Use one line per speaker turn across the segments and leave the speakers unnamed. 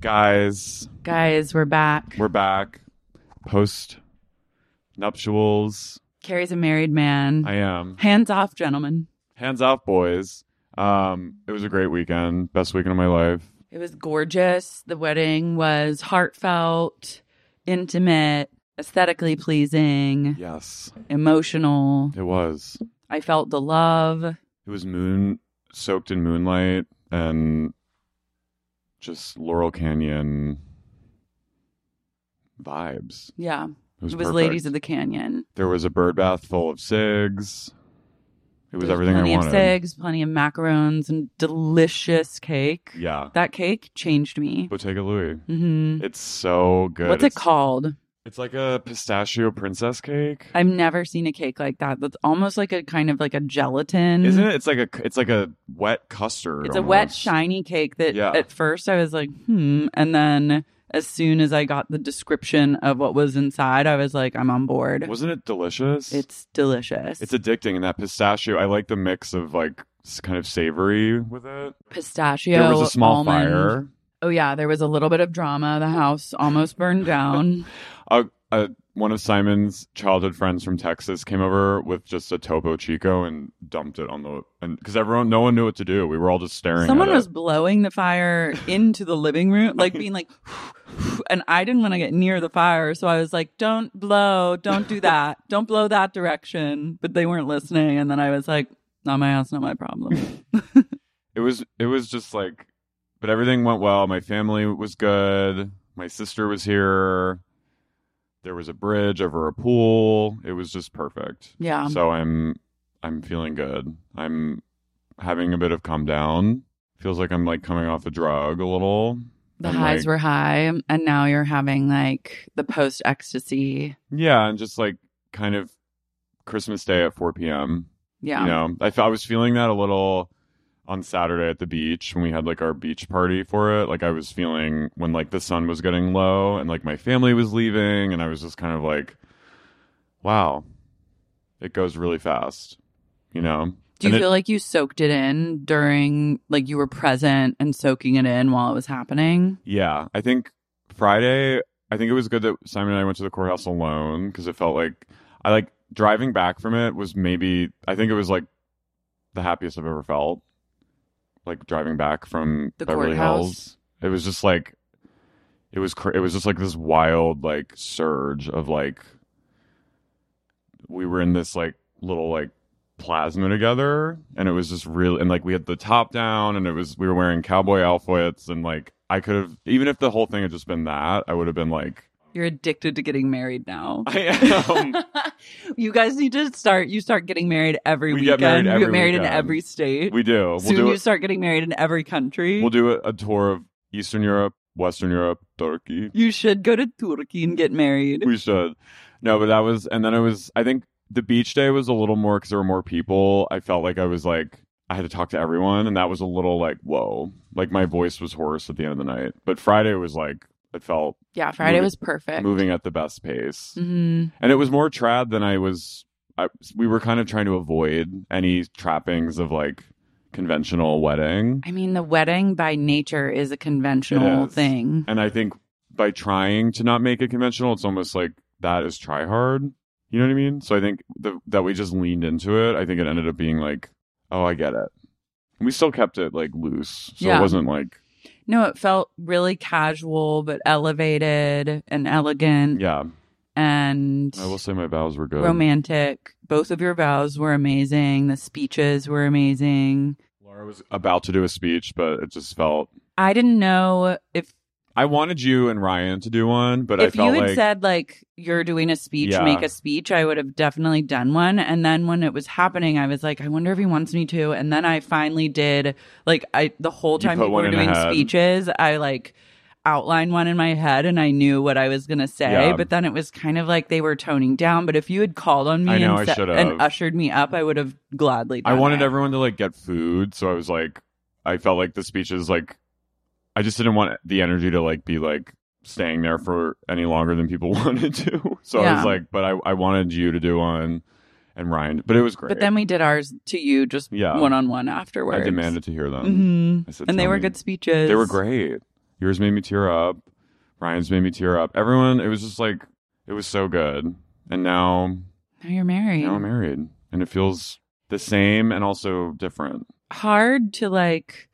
Guys,
Guys, we're back.
we're back. Post nuptials.
Carrie's a married man.
I am.
Hands off, gentlemen.
Hands off, boys. Um, it was a great weekend. Best weekend of my life.
It was gorgeous. The wedding was heartfelt, intimate, aesthetically pleasing,
Yes,
emotional.
it was.
I felt the love.
It was moon soaked in moonlight and just Laurel Canyon vibes.
Yeah.
It was,
Ladies of the Canyon.
There was a bird bath full of cigs. It was
There
everything I
plenty
wanted.
of cigs, plenty of macarons, and delicious cake.
Yeah,
That cake changed me.
Bottega Louis.
hmm
It's so good.
What's it
It's-
called?
It's like a pistachio princess cake.
I've never seen a cake like that. That's almost like a kind of like a gelatin.
Isn't it? It's like a it's like a wet custard.
It's a wet,
almost.
shiny cake that
Yeah.
at first I was like, hmm. And then as soon as I got the description of what was inside, I was like, I'm on board.
Wasn't it delicious?
It's delicious.
it's addicting, and that pistachio. I like the mix of like s- kind of savory with it.
pistachio.
there was a small
almond.
fire.
Oh, yeah. There was a little bit of drama. The house almost burned down.
Uh, uh, one of Simon's childhood friends from Texas came over with just a Topo Chico and dumped it on the and because everyone, no one knew what to do. We were all just staring.
Someone
at
was
it.
blowing the fire into the living room, like being like, and I didn't want to get near the fire. So I was like, don't blow, don't do that, don't blow that direction. But they weren't listening. And then I was like, not my house, not my problem.
It was it was just like, but everything went well. My family was good. My sister was here. There was a bridge over a pool. It was just perfect.
yeah.
so i'm i'm feeling good i'm having a bit of calm down feels like i'm like coming off a drug a little
the
I'm
highs
like-
were high. And now you're having like the post ecstasy.
yeah and just like kind of christmas day at 4 p.m
Yeah.
you know I, fe- I was feeling that a little on saturday at the beach when we had like our beach party for it like i was feeling when like the sun was getting low and like my family was leaving and i was just kind of like wow it goes really fast you know
Do
And
you
it-
feel like you soaked it in during, like you were present and soaking it in while it was happening?
Yeah, I think Friday. I think it was good that Simon and I went to the courthouse alone because it felt like I like driving back from it was maybe I think it was like the happiest I've ever felt. Like driving back from
The
Beverly
courthouse?
Hills, it was just like it was. Cr- it was just like this wild like surge of like we were in this like little like plasma together and it was just real and like we had the top down and it was we were wearing cowboy outfits and like I could have even if the whole thing had just been that I would have been like
You're addicted to getting married now.
I am
you guys need to start. You start getting married every
We
weekend.
get married
you
every
get married in
weekend.
every state.
we do we'll
Soon
do
you
it,
start getting married in every country.
we'll do a, a tour of Eastern Europe Western Europe Turkey
you should go to Turkey and get married.
we should no but that was and then it was I think the beach day was a little more because there were more people I felt like I was like I had to talk to everyone and that was a little like whoa like my voice was hoarse at the end of the night but Friday was like it felt
yeah,
Friday Moving- was
perfect.
moving at the best pace.
hmm
And it was more trad than I was. I, we were kind of trying to avoid any trappings of like conventional wedding.
I mean, the wedding by nature is a conventional
It is.
thing.
And I think by trying to not make it conventional, it's almost like that is try hard. You know what I mean? So I think the, that we just leaned into it. I think it ended up being like, oh, I get it. We still kept it like loose, so
Yeah.
it wasn't like
No, it felt really casual but elevated and elegant
yeah.
and
I will say my vows were good.
romantic. Both of your vows were amazing. The speeches were amazing.
Laura was about to do a speech, but it just felt
I didn't know if
I wanted you and Ryan to do one, but I
if you
felt
had
like
said like you're doing a speech,
Yeah.
make a speech, I would have definitely done one. And then when it was happening, I was like, I wonder if he wants me to. And then I finally did. Like I, the whole
You
time
put
people
one
were
in
doing
ahead.
speeches, I like outlined one in my head and I knew what I was gonna say.
Yeah.
But then it was kind of like they were toning down. But if you had called on me
I know, I
and,
should have.
and ushered me up, I would have gladly.
I
done
wanted
it.
everyone to like get food, so I was like I felt like the speeches like I just didn't want the energy to like be like staying there for any longer than people wanted to. So I
Yeah.
was like, but I, I wanted you to do one and Ryan, but it was great.
But then we did ours to you just
Yeah.
one on one afterwards.
I demanded to hear them.
hmm
I said,
And they
"Tell
were
me."
good speeches.
They were great. Yours made me tear up. Ryan's made me tear up. Everyone, it was just like it was so good. And now,
Now you're married.
now I'm married, and it feels the same and also different.
hard to like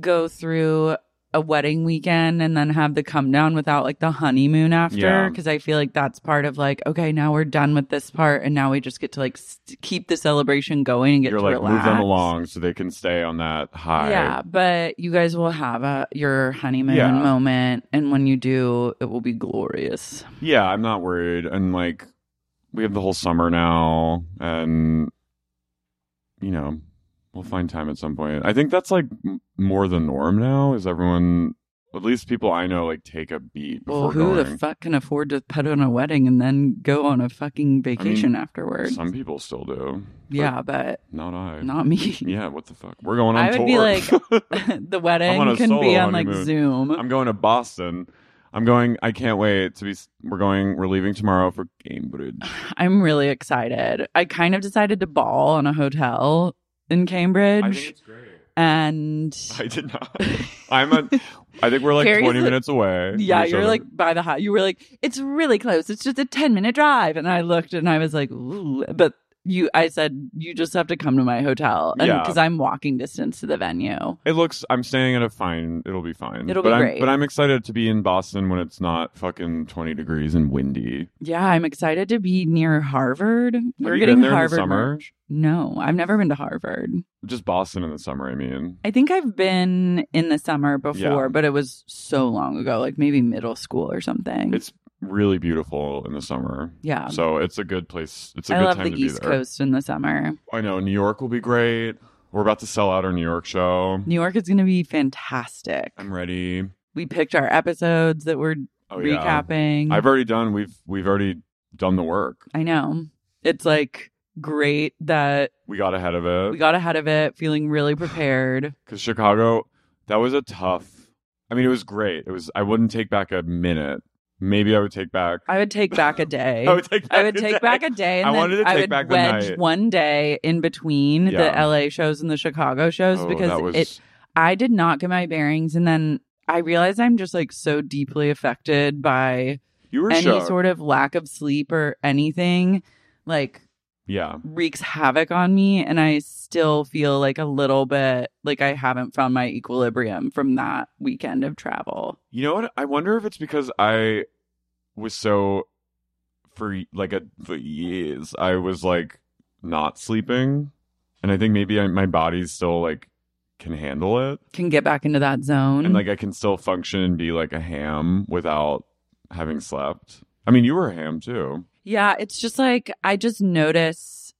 go through a wedding weekend and then have the come down without like the honeymoon after
Yeah.
because I feel like that's part of like okay now we're done with this part and now we just get to like st- keep the celebration going and get
You're
to
like move
relax.
them along so they can stay on that high.
Yeah, but you guys will have a your honeymoon
Yeah.
moment and when you do it will be glorious.
Yeah, I'm not worried. And like, we have the whole summer now, and you know, we'll find time at some point. I think that's like m- more the norm now. Is everyone, at least people I know, like take a beat before
Well, who
going.
the fuck can afford to put on a wedding and then go on a fucking vacation afterwards?
Some people still do. but
yeah, but
not I.
not me.
Yeah, what the fuck? We're going on
I would
tour.
be like, the
I'm on
wedding
a
can be
solo
on like
honeymoon.
Zoom.
I'm going to Boston. I'm going. I can't wait to be. s- We're going. We're leaving tomorrow for Cambridge.
I'm really excited. I kind of decided to ball on a hotel in Cambridge,
great.
and
I did not. I'm a. I think we're like
Carrie's
20
like-
minutes away.
yeah,
from each
you're
other.
like by the hot. You were like, it's really close. It's just a ten minute drive, and I looked and I was like, Ooh. but you, I said, you just have to come to my hotel, and
Yeah.
because I'm walking distance to the venue.
It looks. I'm staying at a fine. It'll be fine.
It'll
but
be
I'm,
great.
But I'm excited to be in Boston when it's not fucking 20 degrees and windy.
Yeah, I'm excited to be near Harvard. We're
you
getting
been there in the
Harvard
summer?
merch. No, I've never been to Harvard.
Just Boston in the summer. I mean,
I think I've been in the summer before,
Yeah.
but it was so long ago, like maybe middle school or something.
it's really beautiful in the summer.
yeah.
So it's a good place. It's a
I
good
love
time
the
to
East
be there.
Coast in the summer.
I know New York will be great. We're about to sell out our New York show.
New York is going to be fantastic.
I'm ready.
We picked our episodes that we're
Oh yeah.
recapping.
I've already done. We've we've already done the work.
I know. It's like great that
We got ahead of it.
we got ahead of it, feeling really prepared.
because Chicago, that was a tough. I mean, it was great. It was. I wouldn't take back a minute. Maybe I would take back.
I would take back a day.
I would take. Back
I would
a
take
day.
back a day. And
I
then
wanted to
I
take
would
back the
wedge
night.
one day in between
Yeah.
the LA shows and the Chicago shows
Oh,
because
that was,
it I did not get my bearings, and then I realized I'm just like so deeply affected by
you were
any
shook.
sort of lack of sleep or anything. Like
yeah,
wreaks havoc on me, and I still feel like a little bit like I haven't found my equilibrium from that weekend of travel.
you know what? I wonder if it's because I was so for like a for years. I was like not sleeping, and I think maybe I, my body's still like can handle it,
Can get back into that zone.
and like I can still function and be like a ham without having slept. I mean, you were a ham too.
Yeah, it's just like I just notice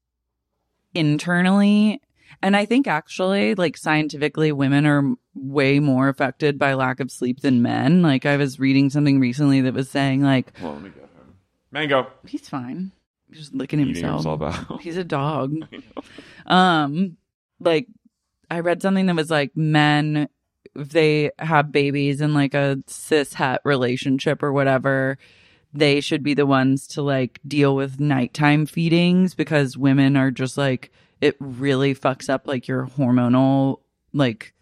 internally. And I think actually, like scientifically, women are way more affected by lack of sleep than men. Like, I was reading something recently that was saying, like,
Well, let me get him. Mango.
he's fine. He's just licking
Eating
himself.
himself out.
He's a dog. Um, like I read something that was like men if they have babies in like a cis het relationship or whatever, they should be the ones to like deal with nighttime feedings because women are just like it really fucks up like your hormonal like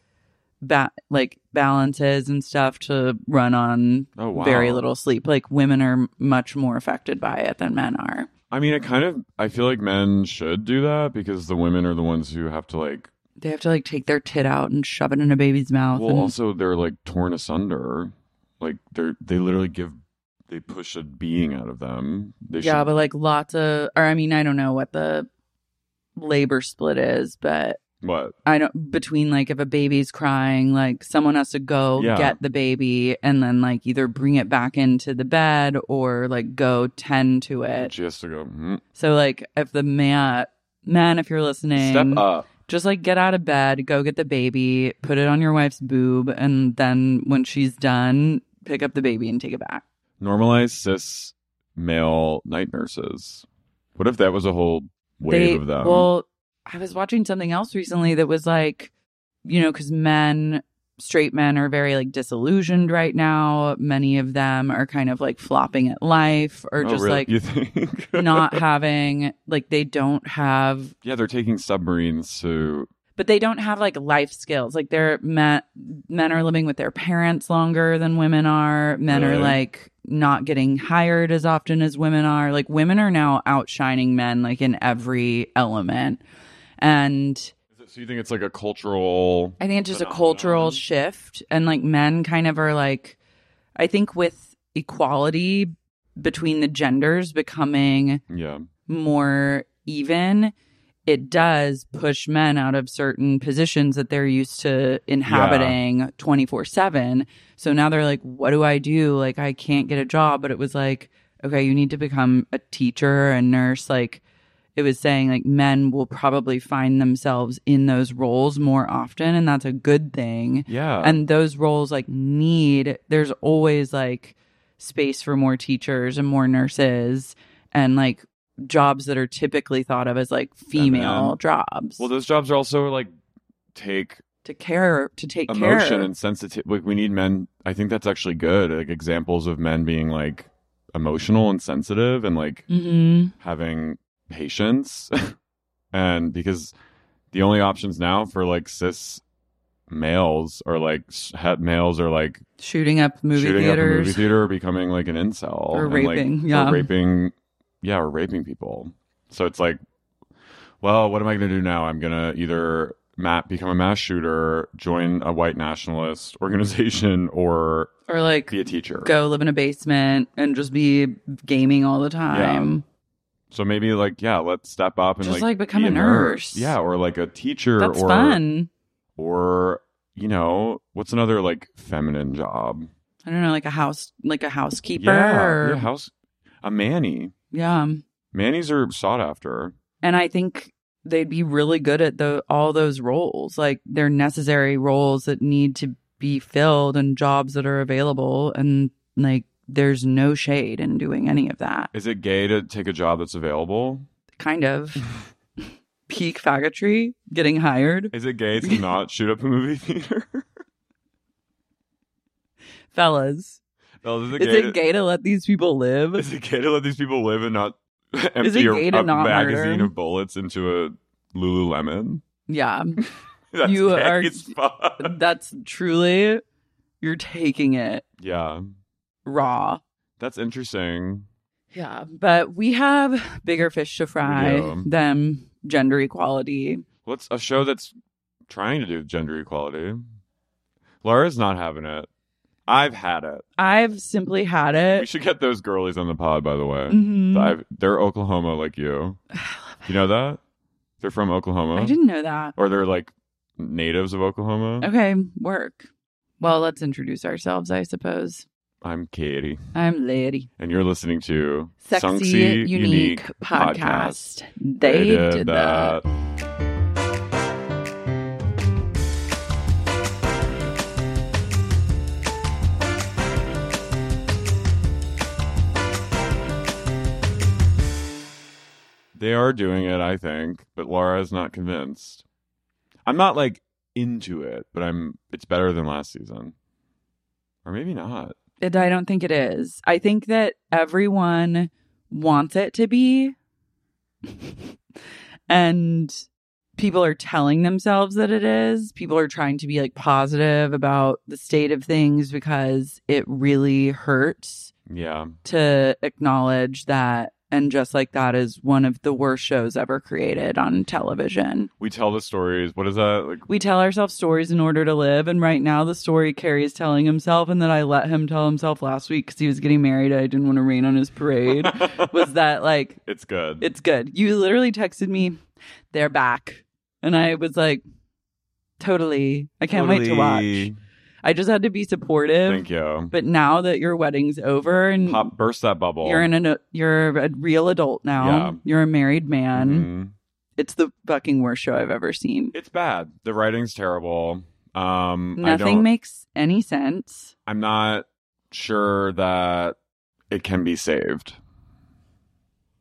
ba- like balances and stuff to run on
Oh, wow.
very little sleep. Like women are much more affected by it than men are.
I mean, I kind of I feel like men should do that because the women are the ones who have to like
They have to like take their tit out and shove it in a baby's mouth.
Well,
and-
also they're like torn asunder. Like they're they literally give they push a being out of them. They
yeah,
should,
but like lots of, or I mean, I don't know what the labor split is, but
what?
I don't between like if a baby's crying, like someone has to go
Yeah.
get the baby and then like either bring it back into the bed or like go tend to it.
She has to go "Mm,
So like if the man, man, if you're listening,
step up.
just like get out of bed, go get the baby, put it on your wife's boob, and then when she's done, pick up the baby and take it back.
Normalize cis male night nurses. What if that was a whole wave
They-
of them?
Well, I was watching something else recently that was like, you know, because men, straight men are very like disillusioned right now. Many of them are kind of like flopping at life or
Oh,
just
really?
like
you think
not having, like, they don't have.
Yeah, they're taking submarines to
But they don't have like life skills. Like they're men, men are living with their parents longer than women are. Men are
Really?
like not getting hired as often as women are. Like women are now outshining men like in every element. And
Is it- So you think it's like a cultural?
I think it's just a
phenomenon.
cultural shift. And like men kind of are like, I think with equality between the genders becoming
Yeah,
more even, it does push men out of certain positions that they're used to inhabiting 24 7. So now they're like, what do I do? Like, I can't get a job. But it was like, okay, you need to become a teacher, a nurse. Like, it was saying like men will probably find themselves in those roles more often. And that's a good thing
yeah.
and those roles like need there's always like space for more teachers and more nurses and like jobs that are typically thought of as like female
Feminine.
jobs
well, those jobs are also like take
to care to take
emotion
care
and sensitive. Like we need men. I think that's actually good. Like examples of men being like emotional and sensitive and like
mm-hmm.
having patience, and because the only options now for like cis males are like s- het males are like
shooting up movie
shooting up a
theaters
movie theater or becoming like an incel
Or
and, like,
raping, yeah.
or raping yeah or raping people so it's like well what am i going to do now i'm going to either ma become a mass shooter join a white nationalist organization or
or like
be a teacher
go live in a basement and just be gaming all the time
so maybe like yeah let's step up and
Just,
like,
like, become
be
a nurse.
yeah or like a teacher
that's
or
fun
or you know what's another like feminine job
i don't know like a house like a housekeeper
yeah
or-
your house a manny
yeah
mannies are sought after
and I think they'd be really good at the all those roles. Like they're necessary roles that need to be filled and jobs that are available and like there's no shade in doing any of that.
Is it gay to take a job that's available?
Kind of peak faggotry, getting hired.
Is it gay to not shoot up a movie theater?
Fellas,
no, is it
is
gay?
it gay to let these people live?
To, is it gay to let these people live and not empty
it
a,
gay to
a
not murder?
magazine of bullets into a Lululemon?
yeah.
That's
You
gay
are-
as fuck.
That's truly you're taking it
Yeah,
raw.
that's interesting.
Yeah, but we have bigger fish to fry
do.
than gender equality.
What's a show that's trying to do gender equality? Laura's not having it. I've had it.
I've simply had
We
it.
should get those girlies on the pod, by the way.
Mhm.
I've- they're Oklahoma like you. You know that? They're from Oklahoma.
I didn't know that.
or they're like natives of Oklahoma.
Okay, work. Well, let's introduce ourselves, I suppose.
I'm Katie,
I'm Lady.
and you're listening to
Sexy,
Sunksy
Unique, podcast. They, did, that.
They are doing it, I think, but Laura's not convinced. I'm not like into it, but I'm. It's better than last season, or maybe not.
It- I don't think it is. I think that everyone wants it to be. and people are telling themselves that it is. People are trying to be like positive about the state of things because it really hurts
Yeah,
to acknowledge that and just like that is one of the worst shows ever created on television.
We tell the stories. What is that? Like
We tell ourselves stories in order to live, and right now the story Carrie is telling himself, and that I let him tell himself last week because he was getting married. And I didn't want to rain on his parade. was that like
it's good.
it's good? You literally texted me, "They're back," and I was like, "Totally, I can't wait to watch." I just had to be supportive.
Thank you.
But now that your wedding's over and
Pop, burst that bubble.
Mm. you're in a you're a real adult now.
Yeah.
You're a married man.
Mhm.
It's the fucking worst show I've ever seen.
It's bad. The writing's terrible. Um, I
Nothing
don't-
makes any sense.
I'm not sure that it can be saved.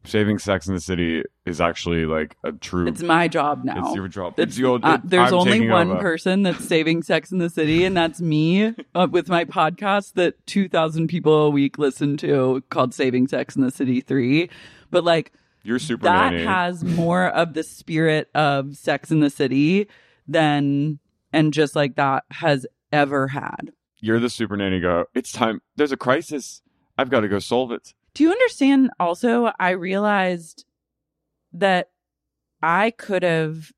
Saving Sex in the City is actually like a true.
It's my job now.
It's your job.
It's-
It's the old.
Uh, there's
I'm
only
taking
one
over.
person that's saving Sex in the City, and that's me uh, with my podcast that 2,000 people a week listen to called Saving Sex in the City 3. But like,
You're super
that
nanny.
has more of the spirit of Sex in the City than and just like that has ever had.
You're the super nanny. Go. It's time. There's a crisis. I've got to go solve it.
Do you understand? Also, I realized that I could have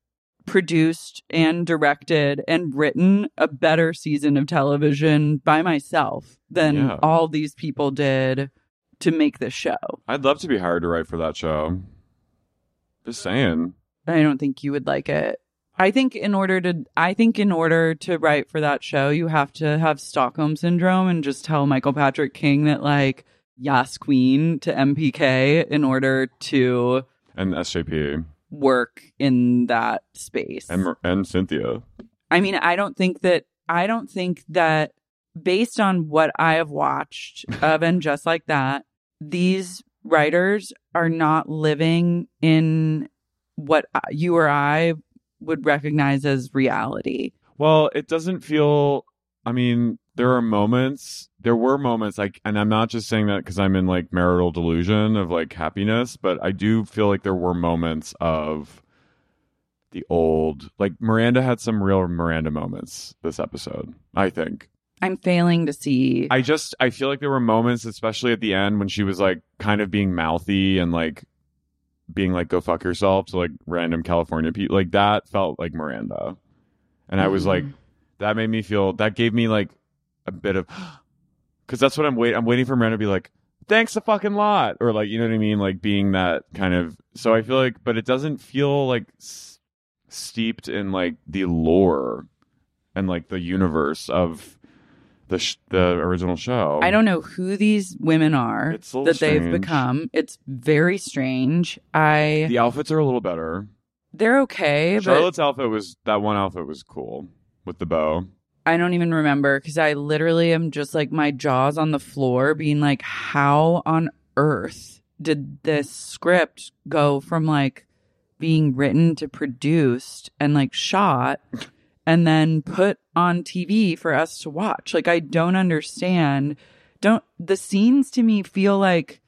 produced and directed and written a better season of television by myself than
Yeah.
all these people did to make this show.
I'd love to be hired to write for that show. Just saying.
I don't think you would like it. I think in order to I think in order to write for that show, you have to have Stockholm syndrome and just tell Michael Patrick King that like Yas Queen to MPK in order to
And SJP
work in that space.
and Mar- and Cynthia.
I mean, I don't think that I don't think that based on what I have watched of and just like that, these writers are not living in what I- you or I would recognize as reality.
Well, it doesn't feel. I mean, there are moments. There were moments like, and I'm not just saying that because I'm in like marital delusion of like happiness, but I do feel like there were moments of the old. Like Miranda had some real Miranda moments this episode. I think.
I'm failing to see.
I just I feel like there were moments, especially at the end, when she was like kind of being mouthy and like being like "go fuck yourself" to like random California people. Like that felt like Miranda, and I was like, that made me feel that gave me like a bit of because that's what I'm wait I'm waiting for Miranda to be like, thanks a fucking lot, or like you know what I mean, like being that kind of. So I feel like, but it doesn't feel like s- steeped in like the lore and like the universe of the sh- the original show.
I don't know who these women are
It's a little
that they've
strange.
become. It's very strange. I
The outfits are a little better.
they're okay, but
Charlotte's outfit was that one outfit was cool with the bow.
I don't even remember because I literally am just like my jaws on the floor, being like, how on earth did this script go from like being written to produced and like shot and then put on TV for us to watch? Like, I don't understand. Don't the scenes to me feel like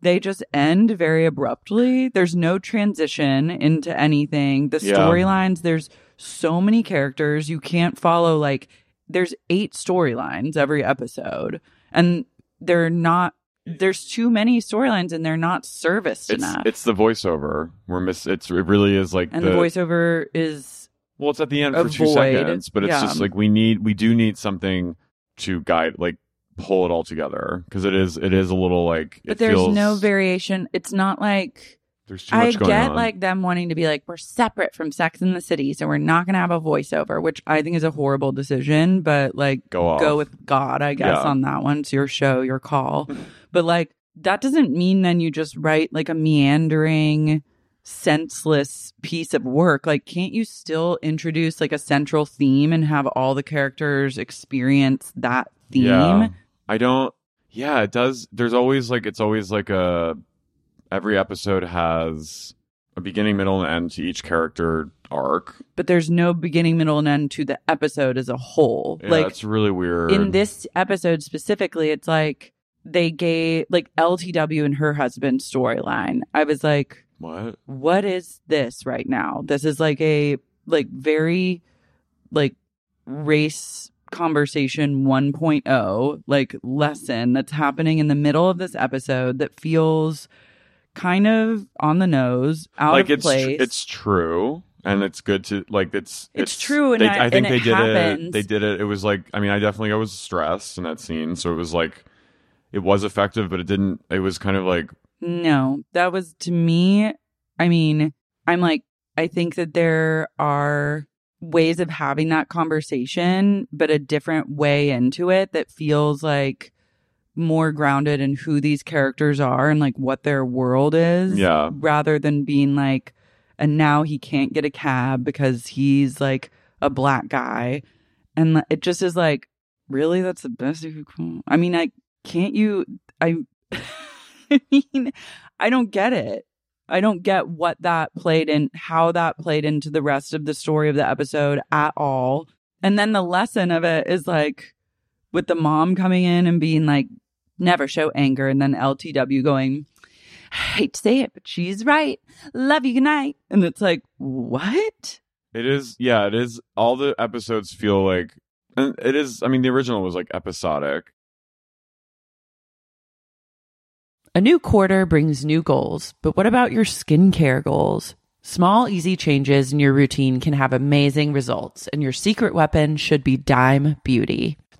they just end very abruptly. There's no transition into anything. The
Yeah.
storylines, there's so many characters. You can't follow, like, there's eight storylines every episode, and they're not, there's too many storylines and they're not serviced
It's
enough.
it's the voiceover. We're miss. It's it really is like
and the, voiceover is,
Well, it's at the end
a
for two
void.
seconds, but it's
Yeah.
just like we need we do need something to guide like pull it all together because it is it is a little like
but
it
there's
feels-
no variation. It's not like,
there's too much
I
going
get
on.
like them wanting to be like, we're separate from Sex in the City, so we're not going to have a voiceover, which I think is a horrible decision, but like,
go off
go with God, I guess,
Yeah.
on that one. It's your show, your call. but like that doesn't mean then you just write like a meandering, senseless piece of work. Like, can't you still introduce like a central theme and have all the characters experience that theme?
Yeah. I don't. Yeah, it does. There's always like it's always like a every episode has a beginning, middle, and end to each character arc.
But there's no beginning, middle, and end to the episode as a whole.
Yeah,
like
it's really weird.
in this episode specifically, it's like they gave like LTW and her husband storyline. I was like,
what?
what is this right now? This is like a like very like race conversation oh, 1.0 like lesson that's happening in the middle of this episode that feels
kind of on the nose, out
like
of
it's tr-
place.
it's true and it's good to like it's
It's true, and
they-
I-
I think
and
they
it
did
happens.
it they did it it was like i mean i definitely i was stressed in that scene so it was like it was effective but it didn't it was kind of like
No, that was to me. I mean, I'm like, I think that there are ways of having that conversation, but a different way into it that feels like more grounded in who these characters are and like what their world is.
Yeah.
Rather than being like, and now he can't get a cab because he's like a black guy. And it just is like, really? That's the best you could. I mean, I can't you. I. I mean, I don't get it. I don't get what that played in, how that played into the rest of the story of the episode at all. And then the lesson of it is like with the mom coming in and being like, never show anger. And then LTW going, I hate to say it, but she's right. Love you. Good night. And it's like, what?
It is, yeah, it is. All the episodes feel like, and it is. I mean, the original was like episodic.
A new quarter brings new goals, but what about your skincare goals? Small, easy changes in your routine can have amazing results, and your secret weapon should be Dime Beauty.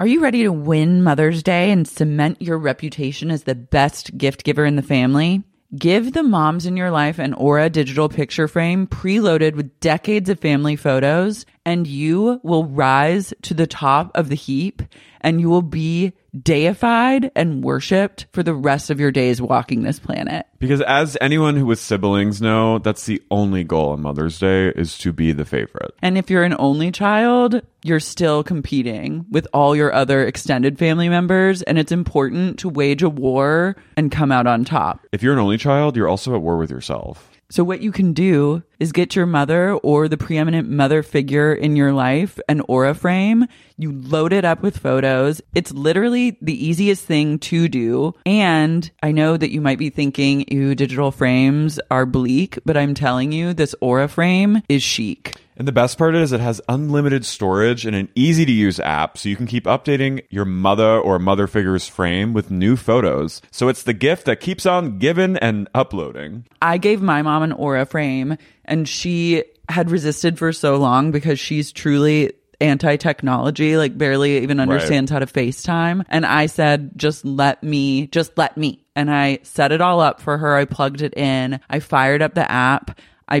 Are you ready to win Mother's Day and cement your reputation as the best gift giver in the family? Give the moms in your life an Aura digital picture frame preloaded with decades of family photos, and you will rise to the top of the heap and you will be deified and worshiped for the rest of your days walking this planet.
Because as anyone who with siblings know, that's the only goal on Mother's Day is to be the favorite.
And if you're an only child, you're still competing with all your other extended family members, and it's important to wage a war and come out on top.
If you're an only child, you're also at war with yourself.
So, what you can do is get your mother or the preeminent mother figure in your life an aura frame. You load it up with photos. It's literally the easiest thing to do. And I know that you might be thinking, ew, digital frames are bleak, but I'm telling you, this aura frame is chic.
And the best part is it has unlimited storage and an easy to use app so you can keep updating your mother or mother figure's frame with new photos. So it's the gift that keeps on giving and uploading.
I gave my mom an aura frame and she had resisted for so long because she's truly anti technology, like barely even understands how to FaceTime. And I said, just let me, just let me. And I set it all up for her. I plugged it in. I fired up the app. I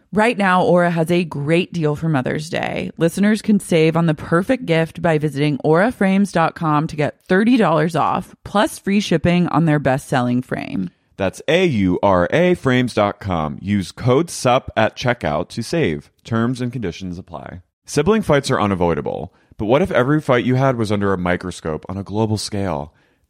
Right now, Aura has a great deal for Mother's Day. Listeners can save on the perfect gift by visiting auraframes.com to get $30 off plus free shipping on their best-selling frame.
That's A U R A frames.com. Use code SUP at checkout to save. Terms and conditions apply. Sibling fights are unavoidable, but what if every fight you had was under a microscope on a global scale?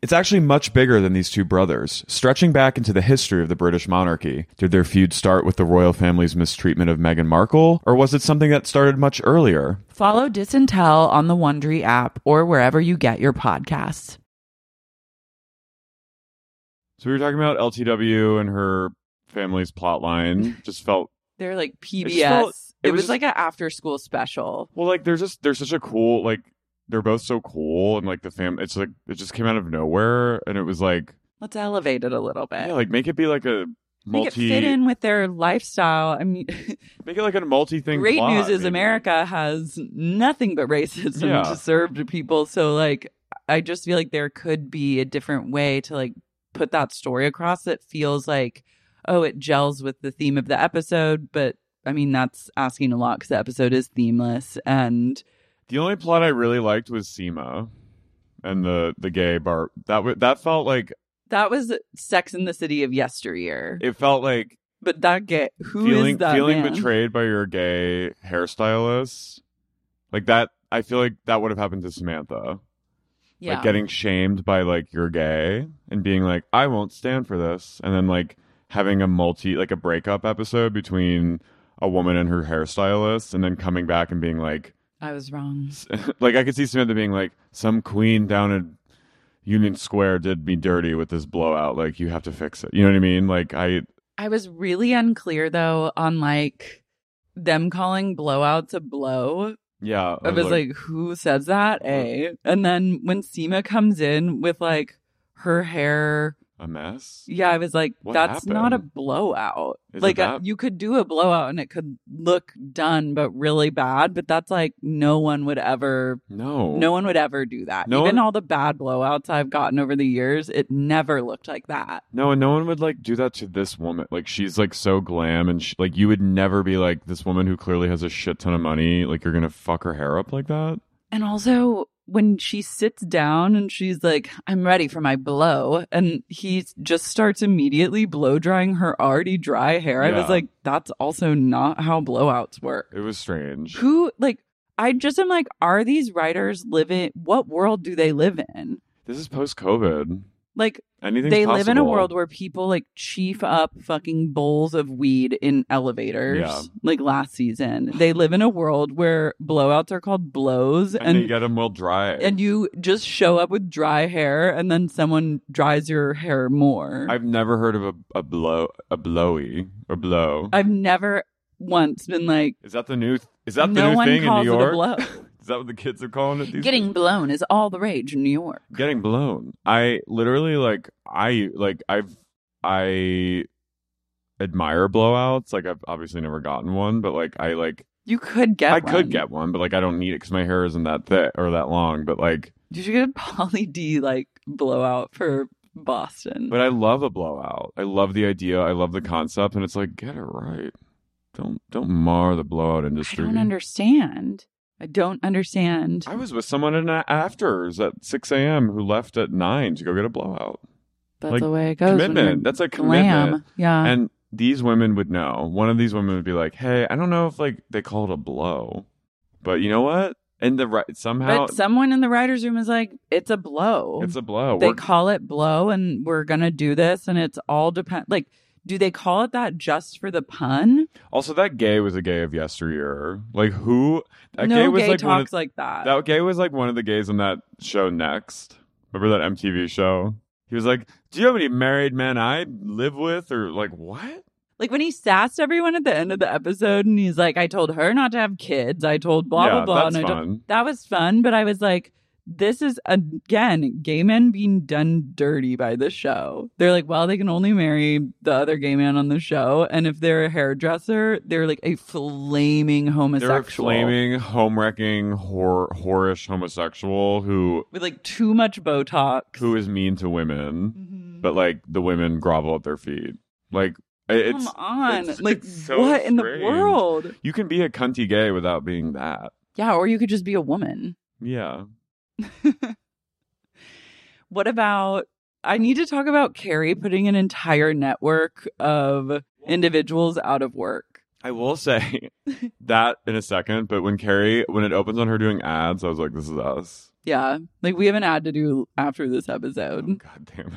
It's actually much bigger than these two brothers, stretching back into the history of the British monarchy. Did their feud start with the royal family's mistreatment of Meghan Markle, or was it something that started much earlier?
Follow Disintel on the Wondery app or wherever you get your podcasts.
So we were talking about LTW and her family's plot line. Just felt
They're like PBS.
just felt- it
it,
was
was,
just-
like an after school special.
well, like they're just they're such a cool like they're both so cool and like the fam. It's like it just came out of nowhere and it was like
Let's elevate it a little bit.
yeah, like make it be like a
Make
multi
it fit in with their lifestyle. I mean,
make it like a multi thing.
great news is America has nothing but racism
Yeah.
to serve to people. So, like, I just feel like there could be a different way to like put that story across that feels like, oh, it gels with the theme of the episode. But I mean, that's asking a lot because the episode is themeless and
The only plot I really liked was Seema and the the gay bar. That w- that felt like
That was Sex in the City of yesteryear.
it felt like
but that gay, who is
feeling
that
feeling
man?
betrayed by your gay hairstylist like that i feel like that would have happened to samantha
Yeah.
like getting shamed by like you're gay and being like i won't stand for this and then like having a multi like a breakup episode between a woman and her hairstylist and then coming back and being like
I was wrong.
like i could see samantha being like some queen down in union square did me dirty with this blowout like you have to fix it you know what i mean like i
I was really unclear though on like them calling blowouts a blow.
yeah
I was like, who says that? A. And then when Seema comes in with like her hair,
a mess
yeah, I was like,
What
that's not a
happened?
blowout.
Isn't
like
that-
uh, you could do a blowout and it could look done but really bad, but that's like no one would ever
no
No one would ever do that.
Oh. No
Even
one-
all the bad blowouts I've gotten over the years, it never looked like that.
No, and no one would like do that to this woman. Like she's like so glam, and she, like you would never be like this woman who clearly has a shit ton of money. Like you're gonna fuck her hair up like that.
And also, when she sits down and she's like, I'm ready for my blow, and he just starts immediately blow drying her already dry hair, I was
Yeah.
like, that's also not how blowouts work.
It was strange.
Who, like, I just am like, are these writers living? What world do they live in?
This is post COVID.
Like,
Anything
they live in a world where people like chief up fucking bowls of weed in elevators
Yeah.
like last season they live in a world where blowouts are called blows
and, you
and
get them well dry.
and you just show up with dry hair and then someone dries your hair more
I've never heard of a, a blow a blowy or blow.
I've never once been like
is that the new? Is that the
no
new
one
thing in New
calls
York?
it a blow
Is that what the kids are calling it? These
getting blown is all the rage in new york
getting blown. I literally like I- I like I've I admire blowouts. Like I've obviously never gotten one, but like I like
You could get.
I could
one.
get one, but like I don't need it because my hair isn't that thick or that long. But like,
You should get a poly D like blowout for Boston.
but I love a blowout. I love the idea. I love the concept, and it's like get it right. Don't don't mar the blowout
I
industry.
don't understand. I don't understand.
I was with someone in a- afters at 6 a.m. who left at 9 to go get a blowout.
That's
Like,
the way it goes. when
commitment.
you're
That's a
Glam.
commitment.
Yeah.
And these women would know. One of these women would be like, "Hey, I don't know if like they call it a blow, but you know what? And the right somehow
but someone in the writer's room is like, it's a blow.
it's a blow.
they
We're-
call it blow and we're gonna do this and it's all depend like do they call it that just for the pun?
also, that gay was a gay of yesteryear. Like who? That
no
gay was
gay
like one of,
talks like that.
that gay was like one of the gays on that show. Next, remember that MTV show? He was like, "Do you have any married men I live with?" Or like what?
Like when he sassed everyone at the end of the episode and he's like, I told her not to have kids. I told blah
yeah,
blah blah.
That's
and I don't-
fun.
that was fun, but I was like, this is again gay men being done dirty by the show. They're like, well, they can only marry the other gay man on the show, and if they're a hairdresser, they're like a flaming
They're a
homosexual
flaming, home wrecking, whore, whorish homosexual who
with like too much Botox.
who is mean to women.
Mhm.
but like the women grovel at their feet. Like it's
Come on,
it's-
like
it's so
what in the
strange.
world?
you can be a cunty gay without being that.
Yeah, or you could just be a woman.
Yeah.
What about? I need to talk about Carrie putting an entire network of individuals out of work.
I will say that in a second, but when Carrie when it opens on her doing ads, I was like, This is us. Oh,
Yeah, like we have an ad to do after this episode.
God damn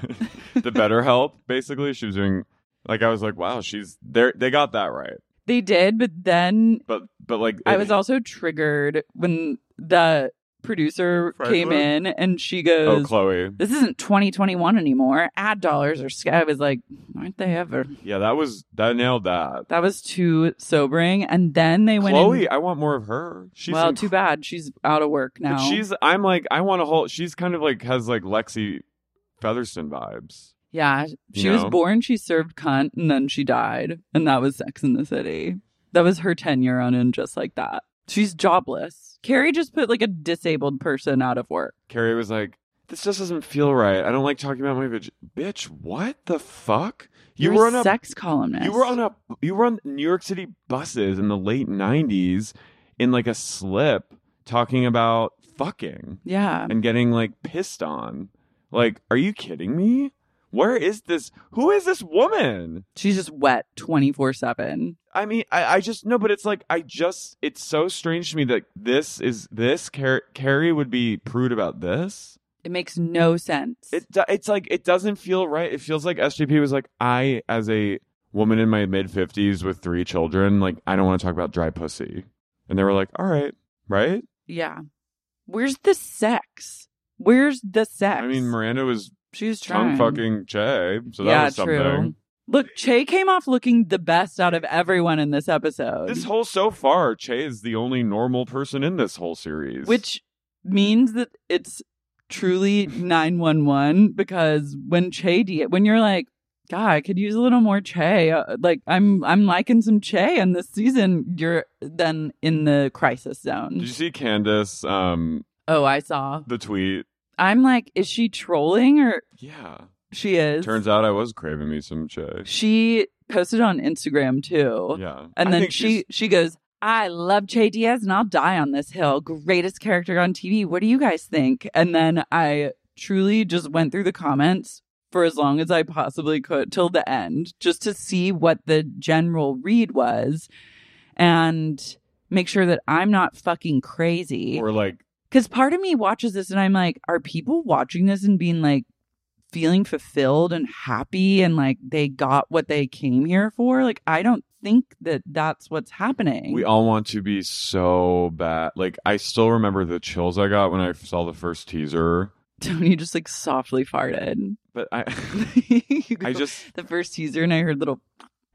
it. the better help, basically, she was doing like I was like, Wow, she's there they got that right.
They did, but then
But but like
I
it- oh,
was also triggered when the producer
Franklin?
came in and she
Oh
goes,
Chloe.
"This isn't 2021 anymore. Ad dollars are." sc-" I was like, "Aren't they ever?"
Yeah, that was that nailed that.
That was too sobering. And then they went.
Chloe,
in,
I want more of her. She's
well,
inc-
too bad she's out of work now.
But she's I'm like I want a whole she's kind of like has like Lexi Featherston vibes.
yeah, she
You
was
know?
born. She served cunt, and then she died, and that was Sex in the City. That was her tenure on In Just Like That. She's jobless. Carrie just put like a disabled person out of work.
Carrie was like, This just doesn't feel right. I don't like talking about my bitch. Bitch, what the fuck? You
You're
were
a
on a
sex columnist.
you were on a you were on New York City buses in the late nineties in like a slip talking about fucking
yeah.
and getting like pissed on. Like, are you kidding me? Where is this? Who is this woman?
She's just wet twenty four seven.
I mean, I, I just no, but it's like I just it's so strange to me that this is this Car- Carrie would be prude about this.
It makes no sense.
It do- it's like it doesn't feel right. It feels like SJP was like I as a woman in my mid fifties with three children, like I don't want to talk about dry pussy, and they were like, all right, right.
yeah. Where's the sex? Where's the sex?
I mean, Miranda was
she's
tongue
trying.
fucking Jay, so that was something.
Look, Che came off looking the best out of everyone in this episode,
This whole so far, Che is the only normal person in this whole series.
which means that it's truly 911 because when Che D, when you're like, God, I could use a little more Che. Uh, like I'm, I'm liking some Che in this season. You're then in the crisis
did you
zone.
see Candace? Um,
Oh, I saw.
the tweet.
I'm like, is she trolling or
Yeah.
she is?
Turns out I was craving me some Che.
she posted on Instagram too.
Yeah.
And
I
then
think
she
she's-
she goes, "I love Che Diaz, and I'll die on this hill. Greatest character on TV. What do you guys think?" And then I truly just went through the comments for as long as I possibly could till the end, just to see what the general read was, and make sure that I'm not fucking crazy.
or like
Because part of me watches this and I'm like, are people watching this and being like feeling fulfilled and happy and like they got what they came here for? Like, I don't think that that's what's happening.
we all want to be so bad. Like I still remember the chills I got when I saw the first teaser.
Tony just like softly farted.
But I
You
I
go-
just
the first teaser and I heard little.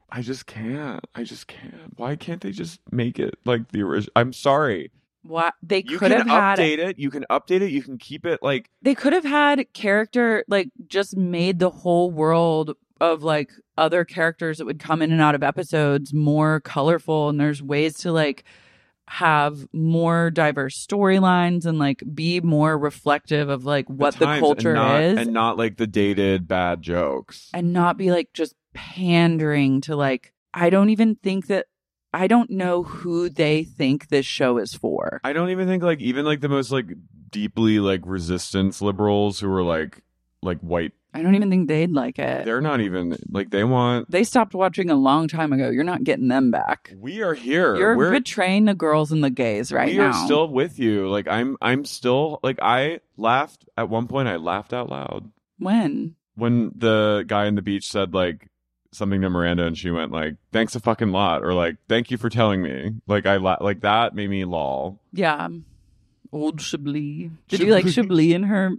I just can't. I just can't. Why can't they just make it like the original? I'm sorry.
What they
You
could
can
have had
update it. You can update it. You can keep it like
they could have had character like just made the whole world of like other characters that would come in and out of episodes more colorful and there's ways to like have more diverse storylines and like be more reflective of like what the,
times
culture
and not,
is
and not like the dated bad jokes.
and not be like just pandering to like I don't even think that I don't know who they think this show is for.
I don't even think like even like the most like deeply like resistance liberals who are like like white.
I don't even think they'd like it.
They're not even like they want.
They stopped watching a long time ago. You're not getting them back.
We are here.
You're
We're
betraying the girls and the gays right
we
now.
are still with you. Like I'm I'm still like I laughed at one point. I laughed out loud
when?
when the guy on the beach said like something to Miranda, and she went like, "Thanks a fucking lot," or like, "Thank you for telling me." Like I la- like that made me lol.
Yeah. Old Chablis. Did you like Chablis in her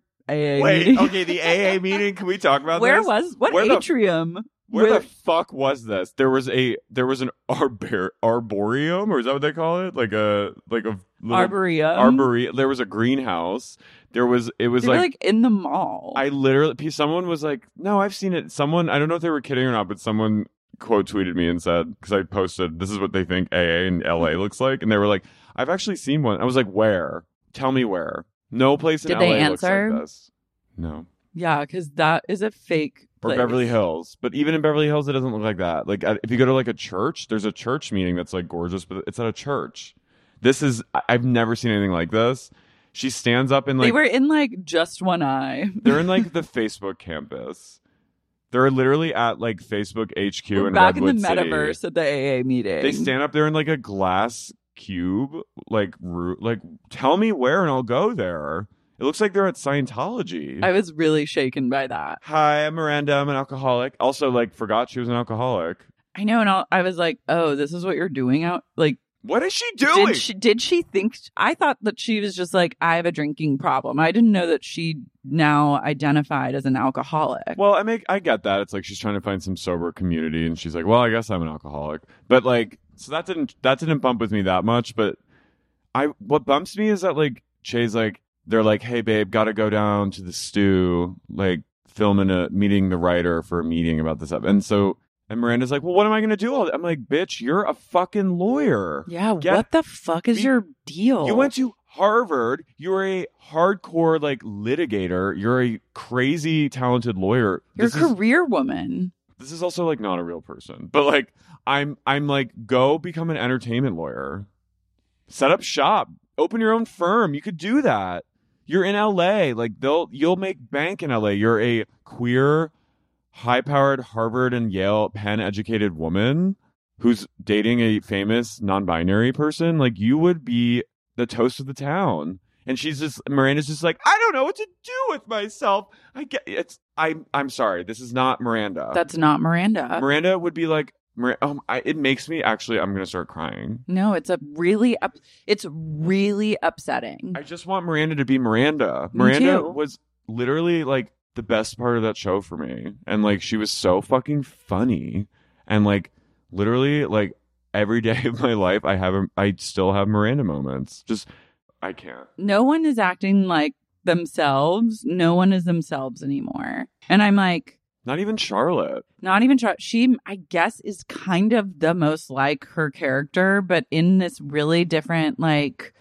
Wait,
AA? meeting?
okay, the AA meeting. Can we talk about
Where
this?
was what
Where the-
atrium?
Where,
Where-
the fuck was this? There was a there was an arbor arboreum, or is that what they call it? Like a like a little-
Arboreum.
arbore- There was a greenhouse. There was it was
Um, They were,
like,
like in the mall.
I literally pe- someone was like, no, I've seen it. Someone I don't know if they were kidding or not, but someone quote tweeted me and said because I posted this is what they think AA in LA looks like, and they were like, I've actually seen one. I was like, where? Tell me where. No place in
Did
LA
they
looks like
answer?
this. No.
yeah, because that is a fake.
or
place.
Beverly Hills. But even in Beverly Hills, it doesn't look like that. Like uh, if you go to like a church, there's a church meeting that's like gorgeous, but it's at a church. This is I- I've never seen anything like this. She stands up and
they
like
were in like just one eye.
they're in like the Facebook campus. They're literally at like Facebook HQ
We're
in
back in the
Redwood
metaverse
City.
at the AA meeting.
They stand up there in like a glass cube, like ru- like tell me where and I'll go there. It looks like they're at Scientology.
I was really shaken by that.
Hi, I'm Miranda. I'm an alcoholic. Also, like forgot she was an alcoholic.
I know, and I'll, I was like, "Oh, this is what you're doing out." Like,
What is she doing?
did she did she think? I thought that she was just like, "I have a drinking problem." I didn't know that she now identified as an alcoholic.
well, I make I get that. It's like she's trying to find some sober community and she's like, "Well, I guess I'm an alcoholic." But like so that didn't that didn't bump with me that much, but I what bumps me is that like Che's like they're like, "Hey babe, got to go down to the stew, like filming a meeting the writer for a meeting about this up." And so and Miranda's like, "Well, what am I going to do?" All that? I'm like, "Bitch, you're a fucking lawyer."
yeah,
Get-
what the fuck is
Be-
your deal?
You went to Harvard. You're a hardcore like litigator. You're a crazy talented lawyer.
You're a
this, is,
career woman.
this is also like not a real person. But like I'm I'm like go become an entertainment lawyer. Set up shop. Open your own firm. You could do that. You're in LA. Like they'll you'll make bank in LA. You're a queer high-powered Harvard and Yale Penn educated woman who's dating a famous non-binary person, like you would be the toast of the town. And she's just Miranda's just like, I don't know what to do with myself. I get it's I'm I'm sorry. This is not Miranda.
That's not Miranda.
Miranda would be like, Mir- um, I, it makes me actually I'm gonna start crying.
no, it's a really up- it's really upsetting.
I just want Miranda to be Miranda.
Me
Miranda
too.
was literally like the best part of that show for me. And like she was so fucking funny. And like literally like every day of my life I have a, I still have Miranda moments. Just I can't.
no one is acting like themselves. No one is themselves anymore. And I'm like,
Not even Charlotte.
not even try. She, I guess, is kind of the most like her character, but in this really different, like,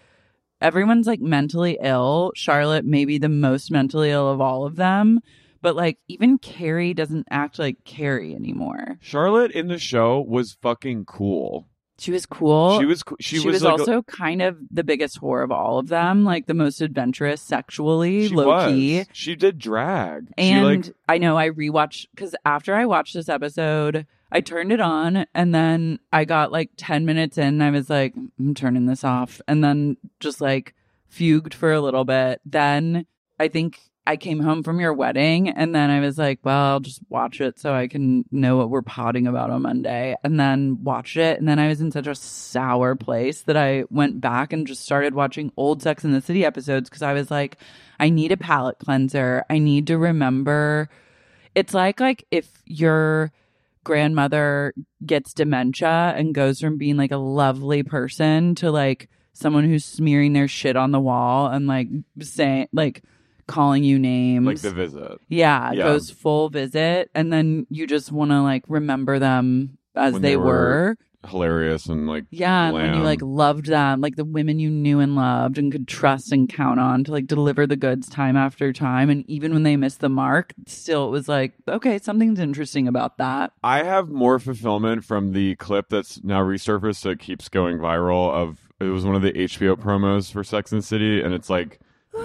everyone's like mentally ill. Charlotte, maybe the most mentally ill of all of them. But like, even Carrie doesn't act like Carrie anymore.
Charlotte in the show was fucking cool.
She was cool.
she was co- she,
She,
was,
was,
like a-
also kind of the biggest whore of all of them, like the most adventurous sexually,
she
low
was.
key.
She did drag.
And
she like
I know I rewatched because after I watched this episode, I turned it on and then I got like 10 minutes in and I was like, I'm turning this off. And then just like fugued for a little bit. Then I think I came home from your wedding and then I was like, well, I'll just watch it so I can know what we're potting about on Monday. And then watched it. And then I was in such a sour place that I went back and just started watching old Sex in the City episodes because I was like, I need a palate cleanser. I need to remember. It's like like if your grandmother gets dementia and goes from being like a lovely person to like someone who's smearing their shit on the wall and like saying like calling you names.
like the visit
yeah,
Yeah.
goes full visit and then you just want to like remember them as
When
they,
they
were.
were hilarious and like
Yeah, and when you
Lamb.
like loved them, like the women you knew and loved and could trust and count on to like deliver the goods time after time and even when they missed the mark, still it was like, okay, something's interesting about that.
I have more fulfillment from the clip that's now resurfaced that keeps going viral of it was one of the HBO promos for Sex and the City and it's like Yeah.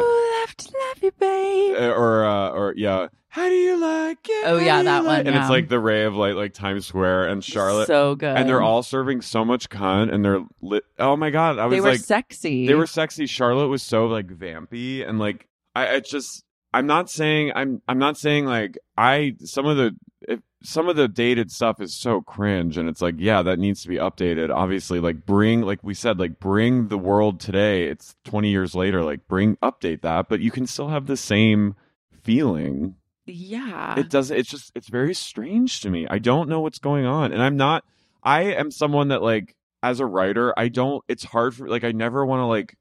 Ooh, love to love you, babe.
uh, or uh, or yeah how do you like it
Oh,
How
yeah,
do you
that
like-"
one,
and
yeah.
it's like the ray of light like Times Square and Charlotte
So good.
and they're all serving so much cunt and they're lit oh my god I was
they were
like
sexy.
they were sexy Charlotte was so like vampy and like I it's just I'm not saying I'm I'm not saying like I some of the if, some of the dated stuff is so cringe and it's like yeah that needs to be updated obviously like bring like we said like bring the world today it's 20 years later like bring update that but you can still have the same feeling
Yeah.
it doesn't it's just it's very strange to me i don't know what's going on and i'm not i am someone that like as a writer i don't it's hard for like i never want to like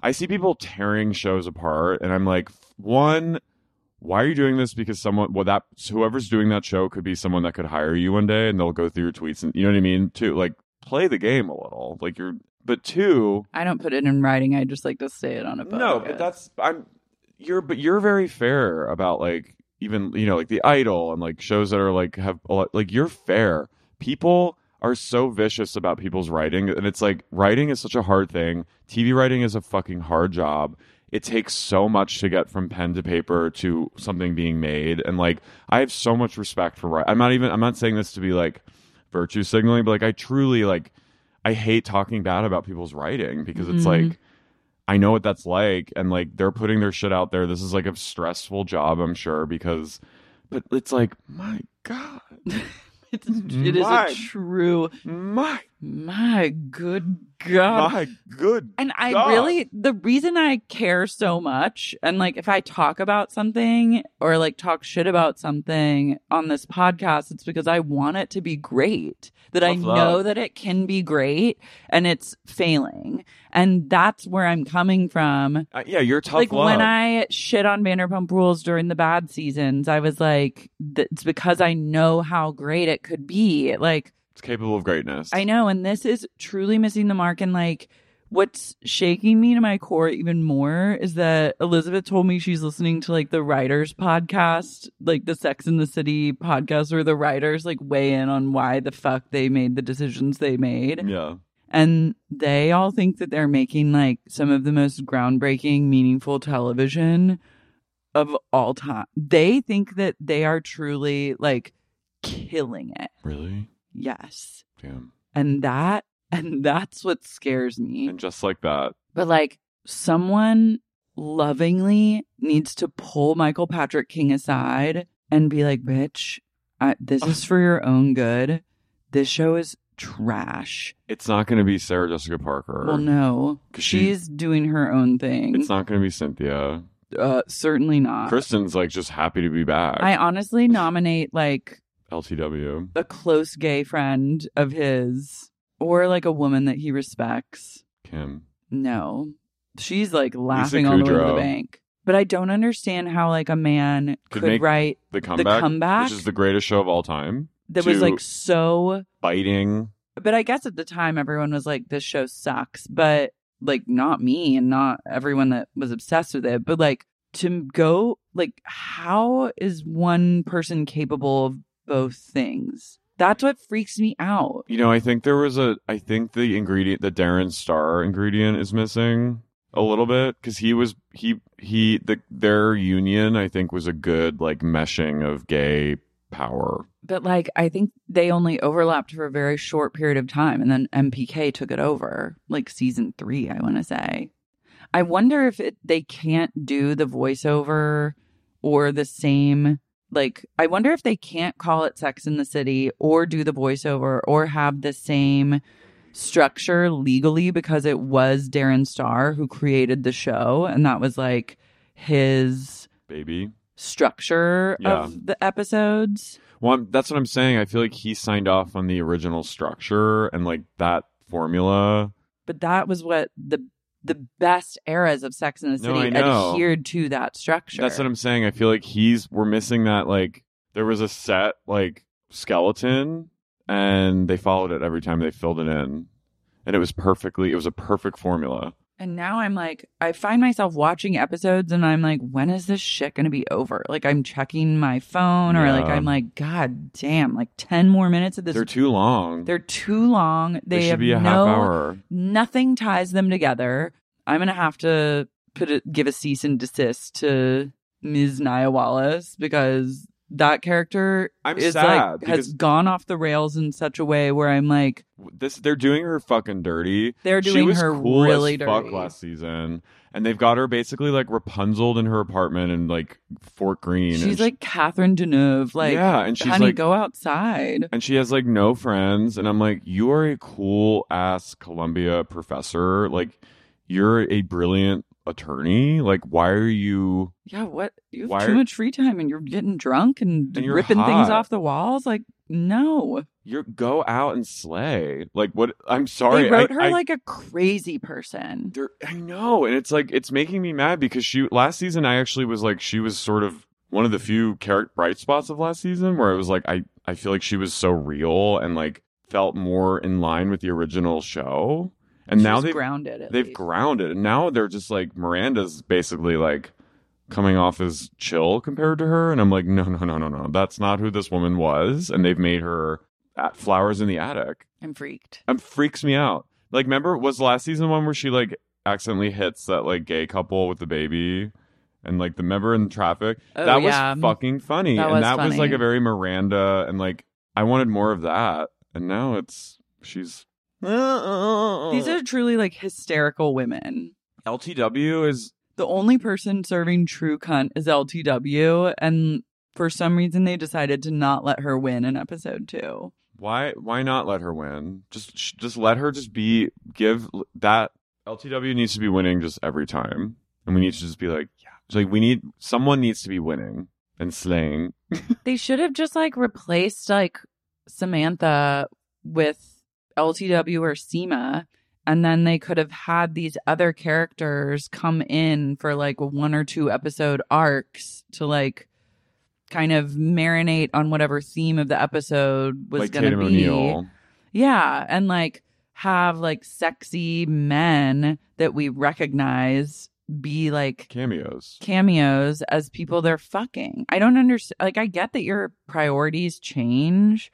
i see people tearing shows apart and i'm like one why are you doing this because someone well that whoever's doing that show could be someone that could hire you one day and they'll go through your tweets and you know what i mean two like play the game a little like you're but two
I don't put it in writing. I just like to say it on a podcast.
no, but that's I'm you're but you're very fair about like even you know like the idol and like shows that are like have a lot, like you're fair. People are so vicious about people's writing and it's like writing is such a hard thing. TV writing is a fucking hard job. It takes so much to get from pen to paper to something being made and like I have so much respect for writing. I'm not even I'm not saying this to be like virtue signaling but like I truly like I hate talking bad about people's writing because it's
Mhm.
like I know what that's like and like they're putting their shit out there. This is like a stressful job, I'm sure, because but it's like my god.
It's, it is a
My-
true.
My
My good God.
my good
and Um, I
God.
really, the reason I care so much, and like if I talk about something or like talk shit about something on this podcast, it's because I want it to be great, that I
Tough
know
love.
that it can be great and it's failing. And that's where I'm coming from.
Uh, yeah, you're tough
like
love.
when I shit on Vanderpump Rules during the bad seasons, I was like, th- it's because I know how great it could be. Like
it's capable of greatness.
I know, and this is truly missing the mark. And like, what's shaking me to my core even more is that Elizabeth told me she's listening to like the writers podcast, like the Sex in the City podcast, where the writers like weigh in on why the fuck they made the decisions they made
Yeah.
and they all think that they're making like some of the most groundbreaking meaningful television of all time they think that they are truly like killing it
Really?
yes
Damn.
and that and that's what scares me
And just like that.
but like someone lovingly needs to pull michael patrick king aside and be like bitch I, this is for your own good this show is trash
It's not going to be Sarah Jessica Parker.
well, no,
'Cause she-
she's doing her own thing.
It's not going to be Cynthia.
uh, certainly not.
Kristen's like just happy to be back.
I honestly nominate like
LTW.
a close gay friend of his, or like a woman that he respects.
Kim.
No, she's like laughing all the way to the
Kudrow.
bank. But I don't understand how like a man
Could
could,
make-
write
The comeback,
Comeback?
which is the greatest show of all time.
that was
to-
like so.
Biting.
But I guess at the time everyone was like, "This show sucks," but like not me and not everyone that was obsessed with it. But like to go like, how is one person capable of both things? That's what freaks me out.
You know, I think there was a. I think the ingredient, the Darren Star ingredient, is missing a little bit because he was he he the their union. I think was a good like meshing of gay power.
But like, I think they only overlapped for a very short period of time, and then MPK took it over, like season three, I want to say. I wonder if it, they can't do the voiceover or the same. Like, I wonder if they can't call it Sex in the City or do the voiceover or have the same structure legally because it was Darren Starr who created the show, and that was like his
Baby,
structure
Yeah.
of the episodes.
well, I'm, that's what I'm saying. I feel like he signed off on the original structure and like that formula
but that was what the the best eras of Sex in the
No,
City
I know.
adhered to that structure.
That's what I'm saying. I feel like he's we're missing that like there was a set like skeleton and they followed it every time they filled it in. And it was perfectly it was a perfect formula.
and now I'm like, I find myself watching episodes, and I'm like, when is this shit gonna be over? Like I'm checking my phone, or like
Yeah.
I'm like, god damn, like ten more minutes of this.
They're too long.
They're too long. They,
They should
have
be a
no,
half hour.
Nothing ties them together. I'm gonna have to put a, give a cease and desist to Ms. Nia Wallace because that character
I'm
is
sad
like
because-
has gone off the rails in such a way where I'm like,
This they're doing her fucking dirty.
They're
she
doing
was
her
cool
really
as fuck
dirty.
last season, and they've got her basically like Rapunzeled in her apartment in like Fort Greene. and
she's
she-
like Catherine Deneuve, like,
yeah, and she's
honey,
like
go outside.
and she has like no friends and i'm like you are a cool ass columbia professor like you're a brilliant attorney like why are you
Yeah, what? You have
Why
too
are-
much free time, and you're getting drunk and,
And you're
ripping things
hot.
off the walls. Like, no,
you're go out and slay like what i'm sorry
they wrote
I,
her
I-
like a crazy person.
there- i know and it's like it's making me mad because she last season i actually was like she was sort of one of the few character bright spots of last season where i was like i i feel like she was so real and like felt more in line with the original show and now
She's
they've
grounded. At
they've
least.
grounded and now they're just like miranda's basically like coming off as chill compared to her and i'm like no no no no no that's not who this woman was and they've made her at flowers in the attic
I'm freaked.
it freaks me out like remember was last season one where she like accidentally hits that like gay couple with the baby and like the member in traffic
Oh,
that was
yeah.
fucking funny
That
and
was
that was like
funny.
a very miranda and like i wanted more of that and now it's she's
These are truly like hysterical women.
ltw is
The only person serving true cunt is LTW, and for some reason they decided to not let her win in episode two.
Why why not let her win? Just sh- just let her just be give l- that LTW needs to be winning just every time. And we need to just be like, yeah. It's like we need someone needs to be winning and slaying.
They should have just like replaced like Samantha with LTW or Seema, and then they could have had these other characters come in for like one or two episode arcs to like kind of marinate on whatever theme of the episode was
like
going to
Tatum
be.
O'Neal.
Yeah, and like have like sexy men that we recognize be like
Cameos.
cameos as people they're fucking. I don't understand. Like, I get that your priorities change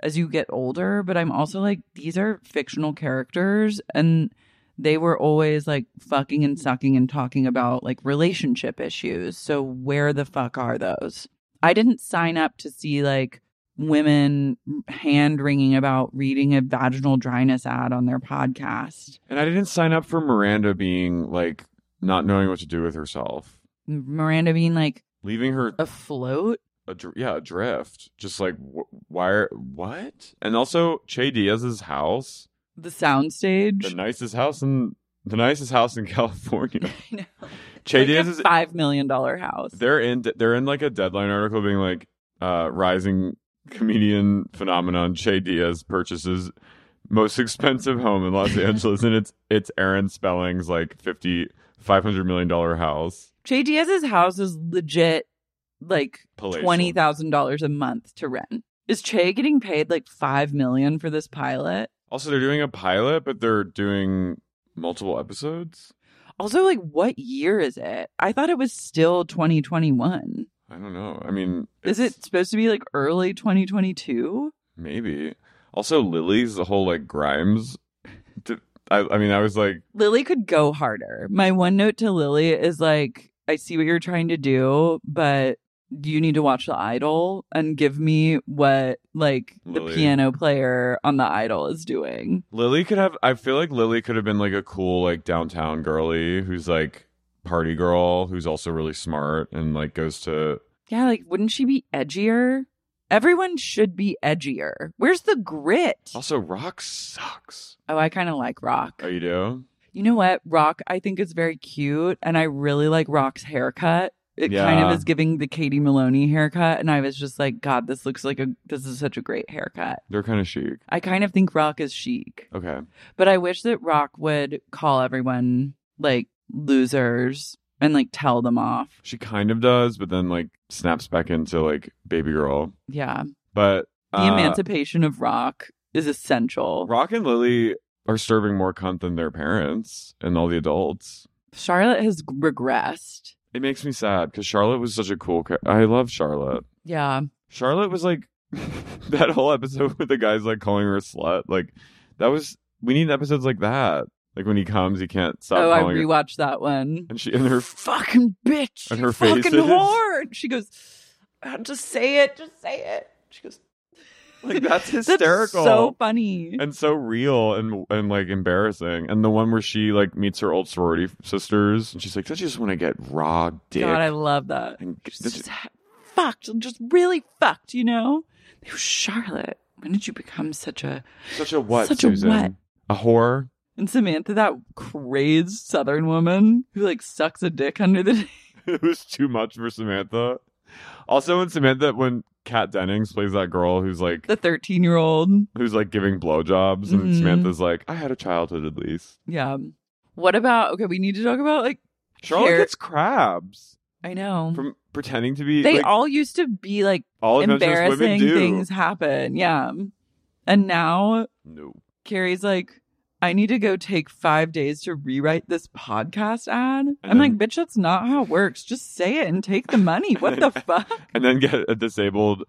as you get older, but I'm also like, these are fictional characters and they were always like fucking and sucking and talking about like relationship issues. So, where the fuck are those? I didn't sign up to see like women hand wringing about reading a vaginal dryness ad on their podcast.
And I didn't sign up for Miranda being like not knowing what to do with herself.
Miranda being like
Leaving her
Oh. afloat.
adr- yeah, adrift. Just like wh- why are, what? And also Che Diaz's house,
The soundstage.
the nicest house in the nicest house in California.
know.
Che
Like
Diaz
a
is
five million dollar house.
they're in they're in like a deadline article being like uh rising comedian phenomenon Che Diaz purchases most expensive home in Los Angeles and it's it's Aaron Spelling's like 50 500 million dollar house.
Jay Diaz's house is legit like
Palatial.
twenty thousand dollars a month to rent. Is Che getting paid like five million for this pilot?
Also they're doing a pilot but they're doing multiple episodes.
Also, like what year is it? I thought it was still twenty twenty one.
I don't know. I mean,
Is
it's-
it supposed to be like early twenty twenty two?
maybe also Lily's the whole like Grimes d- I, I mean, I was like,
Lily could go harder. My one note to Lily is like, I see what you're trying to do, but you need to watch the idol and give me what like the
Lily.
piano player on the idol is doing.
Lily could have. I feel like Lily could have been like a cool like downtown girly who's like party girl who's also really smart and like goes to.
Yeah, like wouldn't she be edgier? Everyone should be edgier. Where's the grit?
Also, rock sucks.
Oh, I kind of like Rock.
Oh, you do?
You know what? Rock I think is very cute and I really like Rock's haircut. It kind
Yeah.
of is giving the Katie Maloney haircut, and I was just like, God, this looks like a this is such a great haircut.
They're kind of chic.
I kind of think Rock is chic,
Okay.
but I wish that Rock would call everyone like losers and like tell them off.
She kind of does, but then like snaps back into like baby girl.
Yeah,
But
the
uh,
emancipation of Rock is essential.
Rock and Lily are serving more cunt than their parents and all the adults.
Charlotte has regressed.
It makes me sad because Charlotte was such a cool. Ca- I love Charlotte.
Yeah,
Charlotte was like that whole episode with the guys like calling her a slut. Like that was we need episodes like that. Like when he comes, he can't stop
oh, I
calling her.
rewatched that one.
And she and her
fucking bitch.
And
you
her face
fucking
is-
whore. And She goes, "Ah, just say it, just say it. She goes,
like that's
"That's
hysterical.
so funny.
and so real and and like embarrassing. And the one where she like meets her old sorority sisters, and she's like, "I just want to get raw dick."
God, I love that.
and
She's
this-
just ha- fucked, just really fucked. You know, They were, Charlotte. When did you become such a
such a what?
such a
Susan?
what?
A whore.
and Samantha, that crazed Southern woman who like sucks a dick under the
it was too much for Samantha. Also, when Samantha, when Kat Dennings plays that girl who's like
the thirteen year old.
who's like giving blowjobs, and
Mhm.
Samantha's like, "I had a childhood at least."
Yeah. What about? Okay, we need to talk about like
Charlotte
Here-
gets crabs
I know
from pretending to be.
they
like,
all used to be like
all adventurous women
embarrassing
do.
things happen. Yeah. And now
No,
Carrie's like, I need to go take five days to rewrite this podcast ad. I'm
then-
like, bitch, that's not how it works. Just say it and take the money. What the
then-
fuck?
and then get a disabled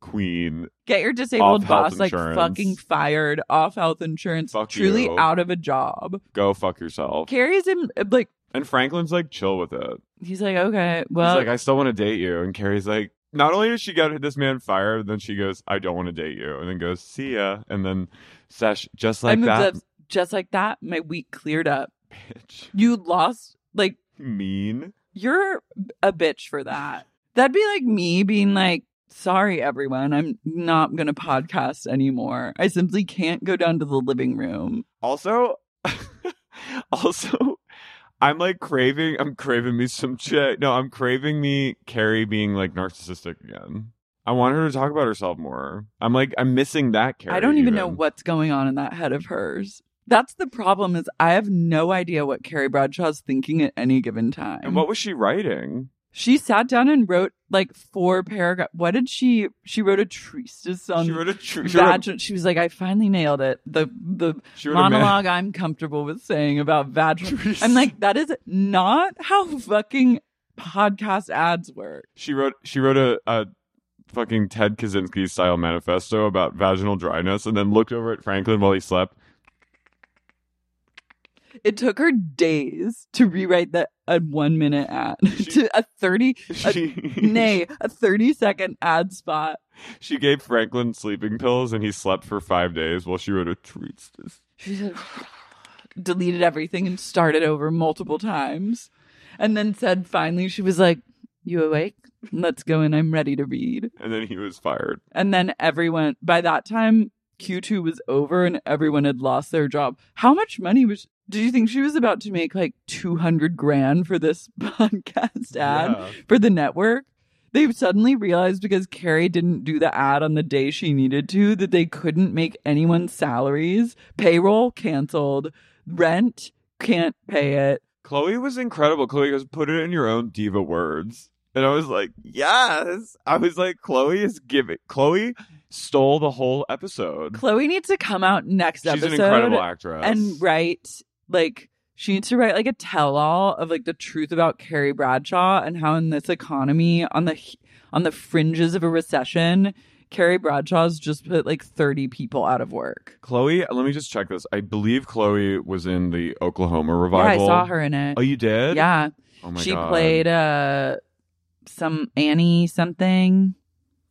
queen
Get your disabled
Off health
boss like
insurance.
fucking fired off health insurance,
Fuck
truly
you.
out of a job.
go fuck yourself.
Carrie's in uh, like,
And Franklin's like chill with it.
he's like, okay, well,
He's like, I still want to date you. And Carrie's like, not only does she get this man fired, then she goes, I don't want to date you. And then goes, see ya. And then Sesh, just like
I'm
that,
obsessed. Just like that, my week cleared up.
bitch.
You lost like
Mean.
you're a bitch for that. That'd be like me being like, sorry, everyone, I'm not going to podcast anymore. I simply can't go down to the living room.
Also, also, I'm like craving, I'm craving me some chick. No, I'm craving me Carrie being like narcissistic again. I want her to talk about herself more. I'm like, I'm missing that Carrie.
I don't even, know what's going on in that head of hers. That's the problem is I have no idea what Carrie Bradshaw's thinking at any given time.
And what was she writing?
she sat down and wrote like four paragraph. What did she? She wrote a treatise on
she wrote a tr- she wrote
vagin- She was like, I finally nailed it. The the
a- she wrote a man-
monologue I'm comfortable with saying about vaginal. I'm like, that is not how fucking podcast ads work.
She wrote she wrote a, a fucking Ted Kaczynski style manifesto about vaginal dryness and then looked over at Franklin while he slept.
It took her days to rewrite that a one minute ad to a 30,
She
nay, a 30 second ad spot.
she gave Franklin sleeping pills and he slept for five days while she wrote a treatise.
She said, deleted everything and started over multiple times. And then said, finally, she was like, You awake? Let's go in. I'm ready to read.
And then he was fired.
And then everyone, by that time, Q2 was over and everyone had lost their job. How much money was, did you think she was about to make like 200 grand for this podcast ad
Yeah.
for the network? They suddenly realized because Carrie didn't do the ad on the day she needed to that they couldn't make anyone's salaries. Payroll canceled, rent can't pay it.
Chloe was incredible. Chloe goes, put it in your own diva words. And I was like, yes. I was like, Chloe is giving. Chloe stole the whole episode.
Chloe needs to come out next
She's
episode
an incredible actress.
and write like she needs to write like a tell-all of like the truth about Carrie Bradshaw and how in this economy on the on the fringes of a recession, Carrie Bradshaw's just put like 30 people out of work.
Chloe, let me just check this. I believe Chloe was in the Oklahoma
Yeah, I
revival.
saw her in it.
Oh, you did?
yeah,
Oh my
she
God.
played uh some Annie something.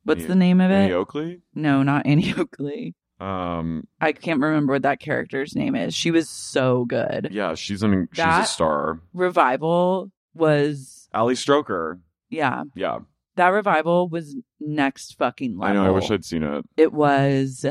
What's
Annie-
the name of it?
Annie Oakley.
no, not Annie Oakley.
Um.
I can't remember what that character's name is. She was so good.
Yeah, she's an she's
That-
a star.
Revival was
Ali Stroker.
yeah,
Yeah,
that revival was next fucking
I
level.
know. I wish I'd seen it.
it was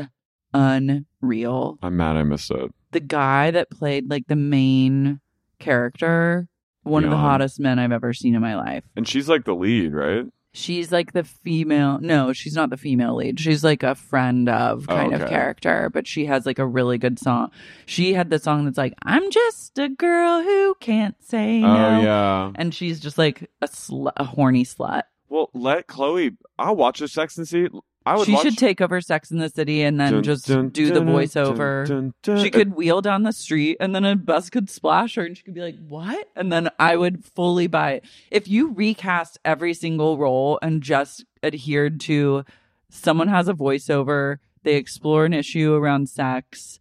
unreal.
I'm mad I missed it.
The guy that played like the main character One of the
Yawn.
hottest men I've ever seen in my life.
And she's like the lead, right?
She's like the female. No, she's not the female lead. She's like a friend of
Oh,
kind of
okay.
character, but she has like a really good song. She had the song that's like, I'm just a girl who can't say no.
Oh yeah.
And she's just like a, sl- a horny slut.
Well, let Chloe. I'll watch the Sex and See. I would.
She
watch,
should take over Sex in the City and then
Dun,
just
dun,
do the
dun, dun,
voiceover.
dun, dun.
She could wheel down the street and then a bus could splash her and she could be like, What? And then I would fully buy it. If you recast every single role and just adhered to someone has a voiceover, they explore an issue around sex,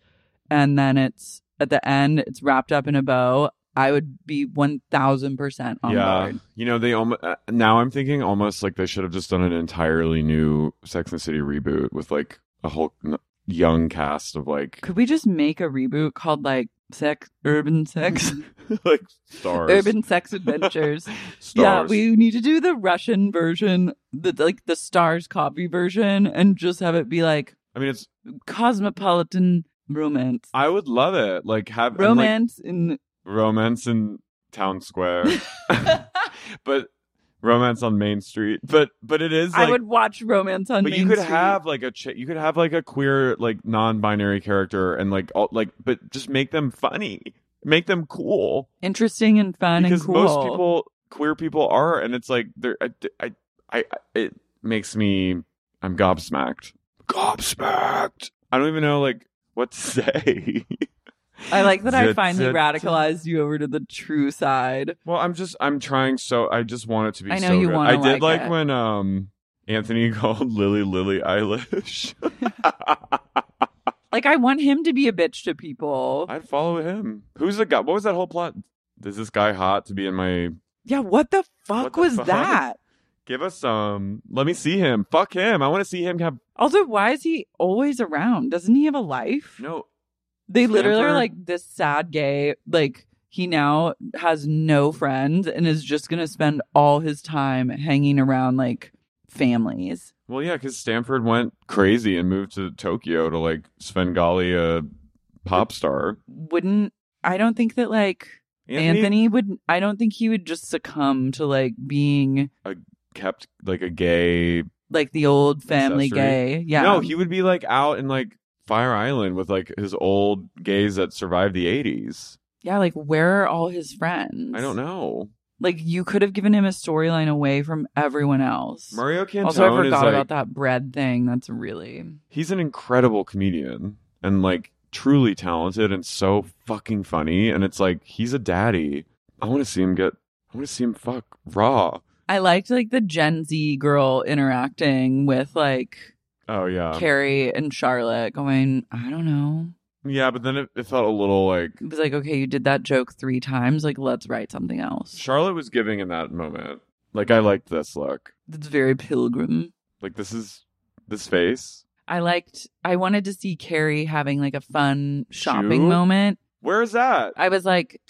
and then it's at the end, it's wrapped up in a bow, I would be 1000% on
yeah.
board.
You know, they almost uh, now I'm thinking almost like they should have just done an entirely new Sex and the City reboot with like a whole n- young cast of like
Could we just make a reboot called like Sex, Urban Sex,
like stars.
Urban Sex Adventures?
stars.
Yeah, we need to do the Russian version, the like the stars copy version, and just have it be like
I mean, it's.
cosmopolitan romance,
I would love it. Like have and, like,
romance in
romance in town square, but romance on Main Street. But but it is. Like,
I would watch romance on.
but
Main
you could
Street.
have like a ch- you could have like a queer like non-binary character and like all, like but just make them funny make them cool
interesting and fun
because
and cool.
most people queer people are and it's like they're I, I, I it makes me i'm gobsmacked gobsmacked i don't even know like what to say
I like that I
Zut,
finally
zut,
radicalized you over to the true side.
Well, I'm just I'm trying so I just want it to be.
I know
so
you
good.
wanna
I did
like
like,
it.
when um Anthony called Lily Lily Eilish.
Like I want him to be a bitch to people.
I'd follow him. Who's the guy? What was that whole plot? Is this guy hot to be in my?
yeah, what the fuck
What the
was
fuck?
that?
Give us some. Let me see him. Fuck him. I want to see him have
Also, why is he always around? Doesn't he have a life?
no.
They literally are
Stanford?
like this sad gay, like he now has no friends and is just gonna spend all his time hanging around like families.
Well, yeah, because Stanford went crazy and moved to Tokyo to like Svengali, a pop star.
Wouldn't I don't think that like Anthony, would I don't think he would just succumb to like being
kept like a gay
like the old family
Accessory.
gay. Yeah.
No, he would be like out in like Fire Island with like his old gays that survived the 80s.
yeah, like where are all his friends?
I don't know.
Like you could have given him a storyline away from everyone else.
Mario Cantone
also, I
is
forgot
like,
about that bread thing. That's really
he's an incredible comedian and like truly talented and so fucking funny. And it's like, he's a daddy. I want to see him get, I want to see him fuck raw.
I liked like the Gen Z girl interacting with like
Oh, yeah.
Carrie and Charlotte going, I don't know.
yeah, but then it, it felt a little like
It was like, okay, you did that joke three times. Like, let's write something else.
Charlotte was giving in that moment. Like, I liked this look.
That's very pilgrim.
Like, this is this face.
I liked, I wanted to see Carrie having like a fun shopping
Shoe?
moment.
Where is that?
I was like,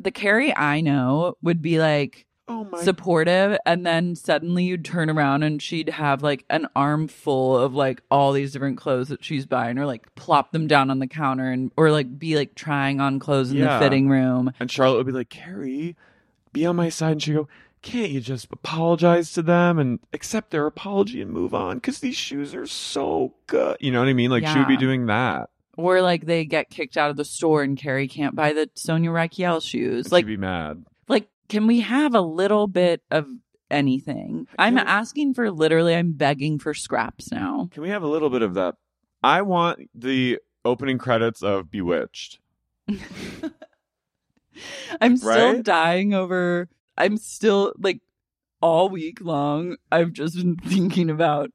the Carrie I know would be like
Oh my
supportive. And then suddenly you'd turn around and she'd have like an armful of like all these different clothes that she's buying or like plop them down on the counter and or like be like trying on clothes in
Yeah.
the fitting room.
And Charlotte would be like, Carrie, be on my side. And she'd go, Can't you just apologize to them and accept their apology and move on? Because these shoes are so good. You know what I mean? Like, she would be
Yeah.
doing that.
Or like they get kicked out of the store and Carrie can't buy the Sonia Raquel shoes.
She'd
Like
be mad.
like can we have a little bit of anything? I'm
Can we-
asking for literally I'm begging for scraps now.
Can we have a little bit of that? I want the opening credits of Bewitched.
I'm still
Right?
dying over. I'm still like all week long. I've just been thinking about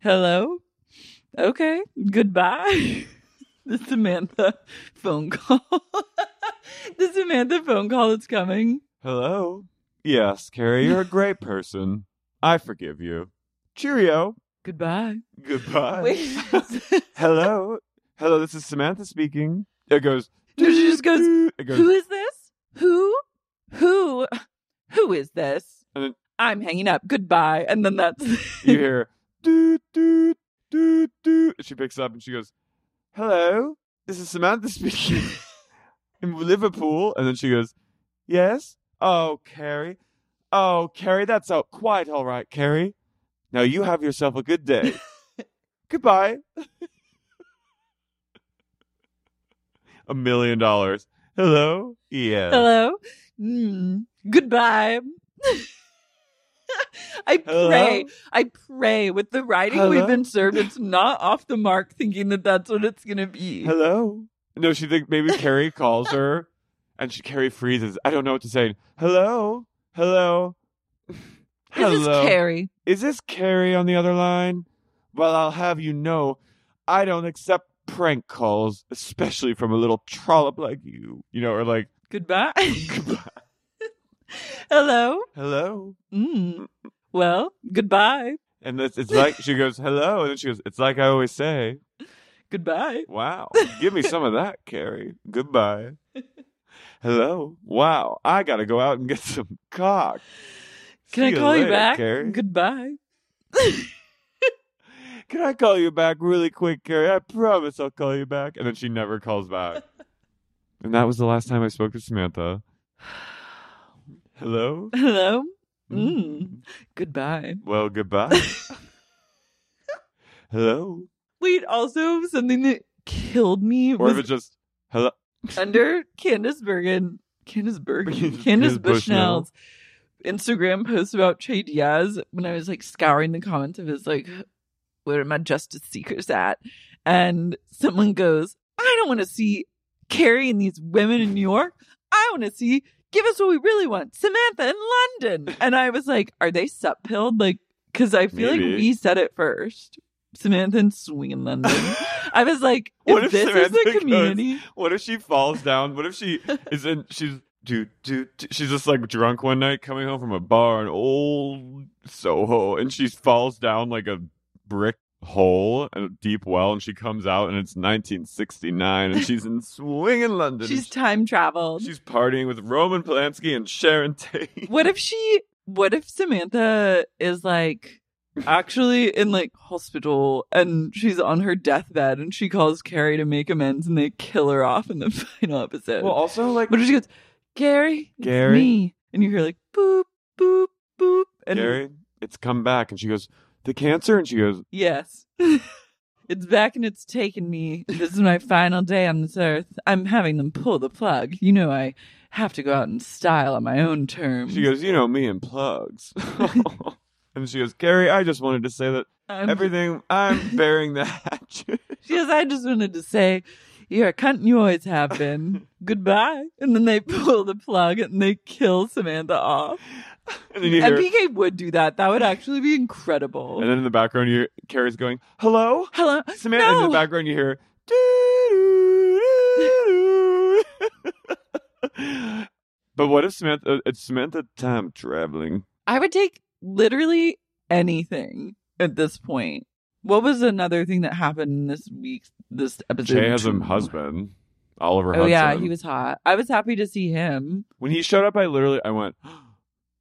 hello, okay, goodbye. the Samantha phone call. the Samantha phone call that's coming.
Hello? Yes, Carrie, you're a great person. I forgive you. Cheerio.
Goodbye.
Goodbye.
Wait.
Hello. Hello, this is Samantha speaking. It goes,
she just goes,
it goes,
Who is this? Who? Who? Who is this?
And then-
I'm hanging up. Goodbye. And then that's
you hear doo doo doo doo. She picks up and she goes, "Hello, this is Samantha speaking in Liverpool." And then she goes, "Yes, Oh, Carrie. Oh, Carrie, that's out. Quite all right, Carrie. Now you have yourself a good day. Goodbye. a million dollars. Hello? Yeah.
Hello. Mm, goodbye. I
Hello?
pray. I pray with the writing we've
Hello?
been served, it's not off the mark thinking that that's what it's going to be.
Hello? No, she think maybe Carrie calls her and she Carrie freezes. I don't know what to say. Hello? Hello?
This is Carrie.
Is this Carrie on the other line? Well, I'll have you know, I don't accept prank calls, especially from a little trollop like you. You know, or like,
Goodbye.
goodbye.
Hello.
hello.
Mm. Well, goodbye.
And it's, it's like, she goes, hello. And then she goes, it's like I always say,
Goodbye.
wow, give me some of that, Carrie. Goodbye. Hello. Wow, I got to go out and get some cock.
Can
See
I call you
later,
back?
Carrie.
Goodbye.
Can I call you back really quick, Carrie? I promise I'll call you back. And then she never calls back. and that was the last time I spoke to Samantha. Hello?
Hello. Mm. Goodbye.
Well, goodbye. Hello?
Wait, also something that killed me
Or
was
if it's just, hello?
under Candace Bergen, Candace Bergen, Candace
Candace Bushnell.
Bushnell's Instagram post about Che Diaz when I was like scouring the comments of his like, where are my justice seekers at? And someone goes, I don't want to see Carrie and these women in New York. I want to see, give us what we really want, Samantha in London. And I was like, are they sup pilled? Like, because I feel like
Maybe.
we said it first. Samantha and Swing in London. I was like,
What
if
if
this is
Samantha
the
goes,
community.
What if she falls down? What if she is in, she's, do, do, do- she's just like drunk one night coming home from a bar in old Soho and she falls down like a brick hole, a deep well, and she comes out and it's 1969 and she's in swinging London.
She's time traveled.
She's partying with Roman Polanski and Sharon Tate.
what if she? What if Samantha is like actually in like hospital and she's on her deathbed and she calls Carrie to make amends and they kill her off in the final episode?
also like
what if she goes, Carrie, it's
Gary?
me, and you hear like boop boop boop, and
Gary, it's come back, and she goes the cancer, and she goes
yes. It's back and it's taken me. This is my final day on this earth. I'm having them pull the plug. You know, I have to go out in style on my own terms.
she goes, you know me and plugs, and she goes, Gary, I just wanted to say that
I'm-
everything I'm bearing the hatchet.
She goes, I just wanted to say, you're a cunt and you always have been. Goodbye. And then they pull the plug and they kill Samantha off.
And then you
And
hear,
PK would do that. That would actually be incredible.
and then in the background, you hear Carrie's going, hello,
Hello.
Samantha.
No.
In the background, you hear. "Doo-doo-doo-doo." But what if Samantha? It's Samantha time traveling.
I would take literally anything at this point. What was another thing that happened this week, this episode?
Jay has a husband, Oliver.
Oh,
Hudson.
yeah. He was hot. I was happy to see him.
when he showed up. I literally I went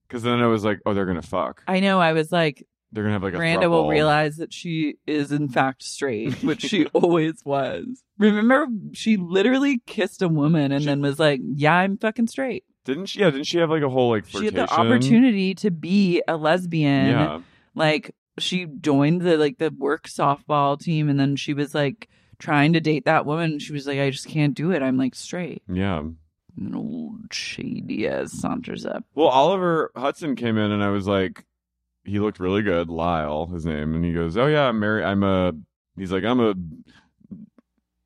because then I was like, oh, they're gonna fuck.
I know. I was like,
They're gonna have like a.
Miranda will
throuple.
realize that she is in fact straight, which she always was. Remember, she literally kissed a woman and
She-
then was like, "Yeah, I'm fucking straight."
Didn't she? Yeah, didn't she have like a whole like
She had
flirtation?
the opportunity to be a lesbian.
Yeah,
Like she joined the like the work softball team, and then she was like trying to date that woman. She was like, "I just can't do it. I'm like straight."
yeah.
And then old shady ass saunters up.
Well, Oliver Hudson came in and I was like, he looked really good. Lyle, his name, and he goes, oh yeah, I'm married. I'm a. He's like, I'm a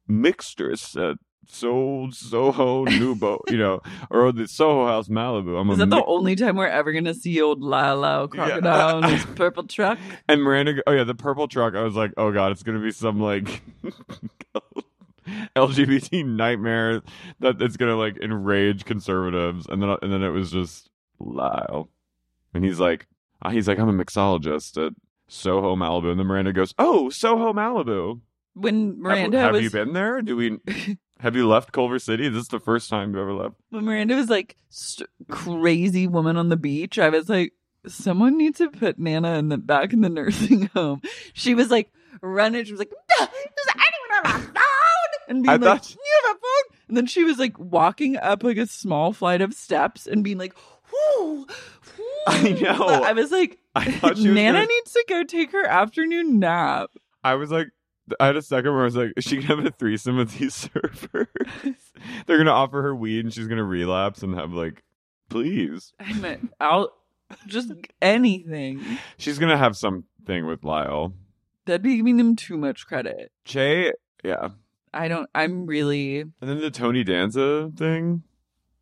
mixtress at so Soho Nubo, you know, or the Soho House Malibu. I'm
Is
a
that the
mix-
only time we're ever gonna see old Lila crocodile in his purple truck?
And Miranda, go- oh yeah, the purple truck. I was like, oh god, it's gonna be some like LGBT nightmare that it's gonna like enrage conservatives. And then and then it was just Lyle, and he's like, uh, he's like, I'm a mixologist at Soho Malibu, and then Miranda goes, oh Soho Malibu.
When
Have-
Miranda
have,
was
you been there? Do we? Have you left Culver City? Is this the first time you ever left?
when Miranda was like st- crazy woman on the beach, I was like, someone needs to put Nana in the back in the nursing home. She was like running. She was like, "No, is anyone on my phone? And being
I
like,
thought-
you have a phone. And then she was like walking up like a small flight of steps and being like, who Woo!
I know.
I was like,
I thought she was
Nana
gonna-
needs to go take her afternoon nap.
I was like, I had a second where I was like, is she gonna have a threesome with these surfers? They're gonna offer her weed and she's gonna relapse and have like, please.
I meant out just anything.
She's gonna have something with Lyle.
That'd be giving them too much credit.
Jay, yeah.
I don't I'm really
And then the Tony Danza thing.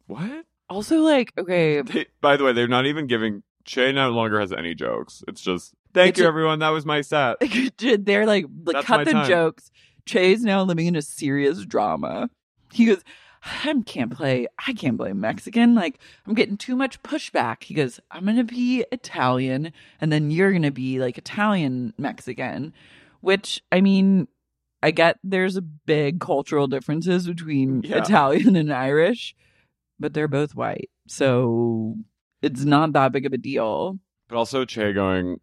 What?
also like, okay,
They, by the way, they're not even giving. Jay no longer has any jokes. It's just, thank
It's
you,
a-
everyone. That was my set.
did they're like, like
That's my
cut the
time.
jokes. Che's now living in a serious drama. He goes, I can't play. I can't play Mexican. Like I'm getting too much pushback. He goes, I'm gonna be Italian, and then you're gonna be like Italian Mexican, which I mean, I get there's a big cultural differences between
Yeah.
Italian and Irish, but they're both white, so it's not that big of a deal.
But also Che going.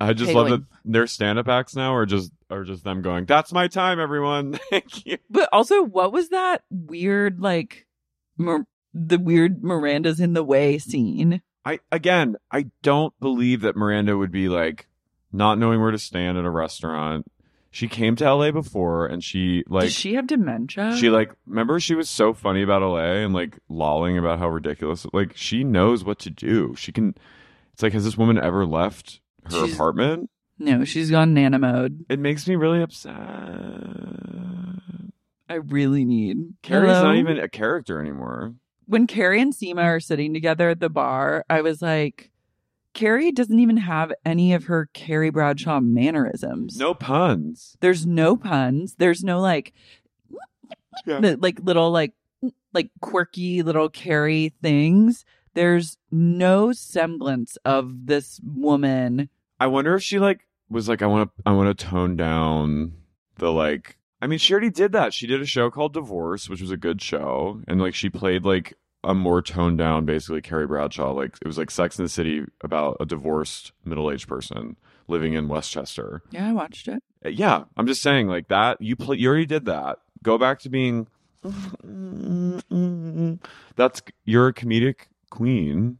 I just
Che
love
going-
that their stand-up acts now are just are just them going. That's my time, everyone. Thank you.
But also, what was that weird, like, Mir- the weird Miranda's in the way scene?
I again, I don't believe that Miranda would be like not knowing where to stand at a restaurant. She came to LA before and she like
Does she have dementia?
she like remember she was so funny about LA and like lolling about how ridiculous like she knows what to do. She can it's like has this woman ever left her
She's-
apartment?
no, she's gone nana mode.
It makes me really upset.
I really need
Carrie's
Hello?
not even a character anymore.
When Carrie and Seema are sitting together at the bar, I was like, Carrie doesn't even have any of her Carrie Bradshaw mannerisms.
No puns.
There's no puns. There's no like,
Yeah.
the, like little like like quirky little Carrie things. There's no semblance of this woman.
I wonder if she like was like I want to I want to tone down the like I mean she already did that. She did a show called Divorce, which was a good show, and like she played like a more toned down basically Carrie Bradshaw like it was like Sex in the City about a divorced middle-aged person living in Westchester.
Yeah, I watched it.
Uh, Yeah, I'm just saying like that you play you already did that. Go back to being That's you're a comedic queen.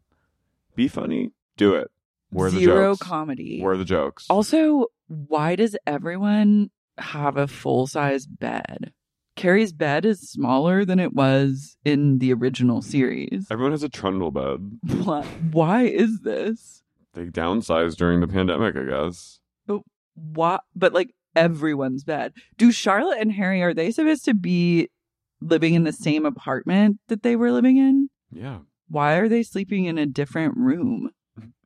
Be funny. Do it. Where are the
Zero
jokes?
comedy.
Where are the jokes?
also, why does everyone have a full size bed? Carrie's bed is smaller than it was in the original series.
Everyone has a trundle bed.
Why, why is this?
They downsized during the pandemic, I guess.
Why? But like everyone's bed. Do Charlotte and Harry are they supposed to be living in the same apartment that they were living in?
Yeah.
Why are they sleeping in a different room?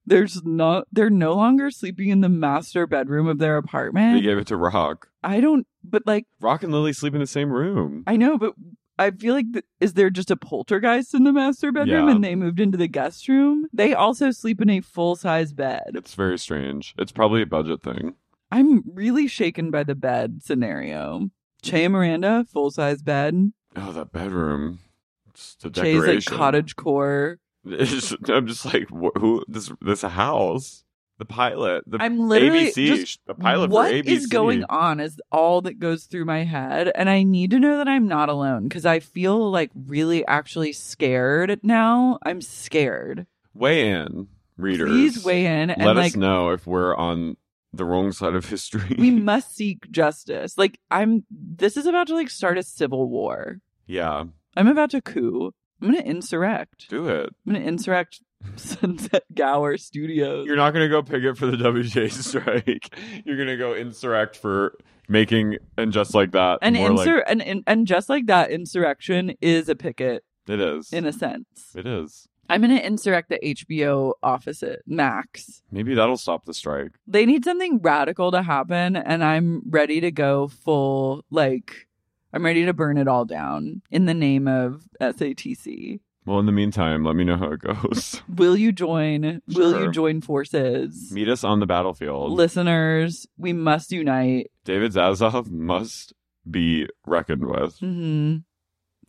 There's not. They're no longer sleeping in the master bedroom of their apartment.
They gave it to Rock.
I don't, but like,
Rock and Lily sleep in the same room.
I know, but I feel like, th- is there just a poltergeist in the master bedroom
Yeah.
and they moved into the guest room? They also sleep in a full size bed.
It's very strange. It's probably a budget thing.
I'm really shaken by the bed scenario. Che and Miranda, full size bed.
Oh, that bedroom. It's the
Che's
decoration.
like cottage core.
It's just- I'm just like, wh- who? This this house. The pilot. The
I'm literally
ABC.
just-
the pilot
What
for ABC.
is going on is all that goes through my head. And I need to know that I'm not alone because I feel like really actually scared now. I'm scared.
Weigh in, readers.
Please weigh in and
Let
like
us know if we're on the wrong side of history.
we must seek justice. Like I'm this is about to like start a civil war.
yeah,
I'm about to coup. I'm gonna insurrect.
do it.
I'm gonna insurrect Sunset Gower Studios.
You're not going to go picket for the WJ strike. You're going to go insurrect for making and just like that.
and
more
insur
like,
and, and and just like that, insurrection is a picket
it is.
in a sense.
it is.
I'm gonna insurrect the HBO office at Max.
Maybe that'll stop the strike.
They need something radical to happen, and I'm ready to go full like I'm ready to burn it all down in the name of SATC.
Well, in the meantime, let me know how it goes.
Will you join? Will
Sure.
you join forces?
Meet us on the battlefield.
Listeners, we must unite.
David Zaslav must be reckoned with.
hmm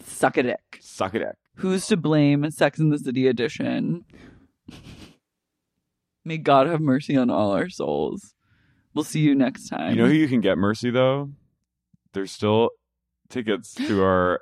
Suck a dick.
Suck it.
Who's to blame? Sex in the City edition. May God have mercy on all our souls. We'll see you next time.
You know who you can get mercy though? There's still tickets to our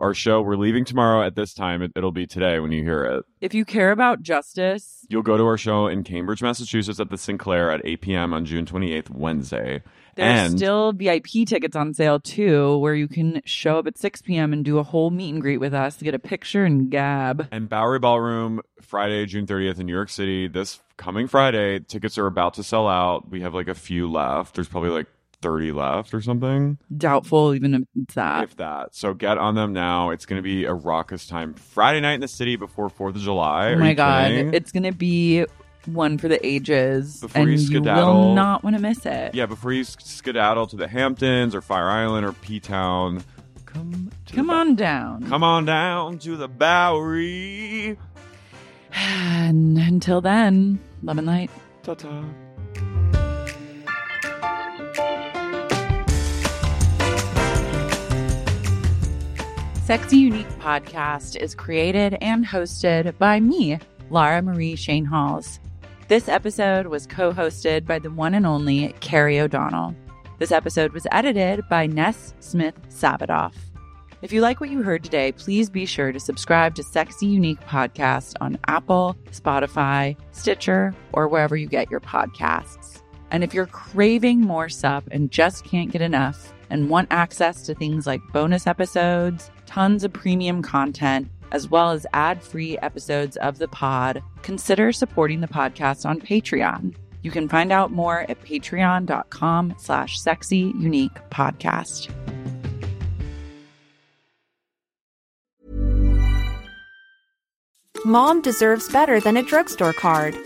our show. We're leaving tomorrow at this time. It, it'll be today when you hear it.
If you care about justice,
You'll go to our show in Cambridge, Massachusetts at the Sinclair at 8 p.m. on June 28th, Wednesday.
there's
and
still VIP tickets on sale too, where you can show up at 6 p.m. and do a whole meet and greet with us to get a picture and gab.
and Bowery Ballroom Friday, June 30th in New York City. This coming Friday, tickets are about to sell out. We have like a few left. There's probably like 30 left or something,
Doubtful, even if it's that.
if that. So get on them now. It's going to be a raucous time Friday night in the city before 4th of July.
oh
Are
my
you
god,
kidding?
it's gonna be one for the ages,
Before you
and you,
skedaddle-
will not want to miss it.
yeah, before you skedaddle to the Hamptons or Fire Island or P Town, come to
Come
the-
on down.
Come on down to the Bowery.
And until then, love and light.
Ta ta.
Sexy Unique podcast is created and hosted by me, Lara Marie Shane Halls. This episode was co hosted by the one and only Carrie O'Donnell. This episode was edited by Ness Smith Sabadoff. If you like what you heard today, please be sure to subscribe to Sexy Unique Podcast on Apple, Spotify, Stitcher, or wherever you get your podcasts. And if you're craving more sup and just can't get enough and want access to things like bonus episodes, tons of premium content, as well as ad free episodes of the pod, consider supporting the podcast on Patreon. You can find out more at patreon.com slash sexy unique podcast.
Mom deserves better than a drugstore card.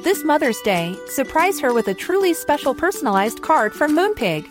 This Mother's Day, surprise her with a truly special personalized card from Moonpig.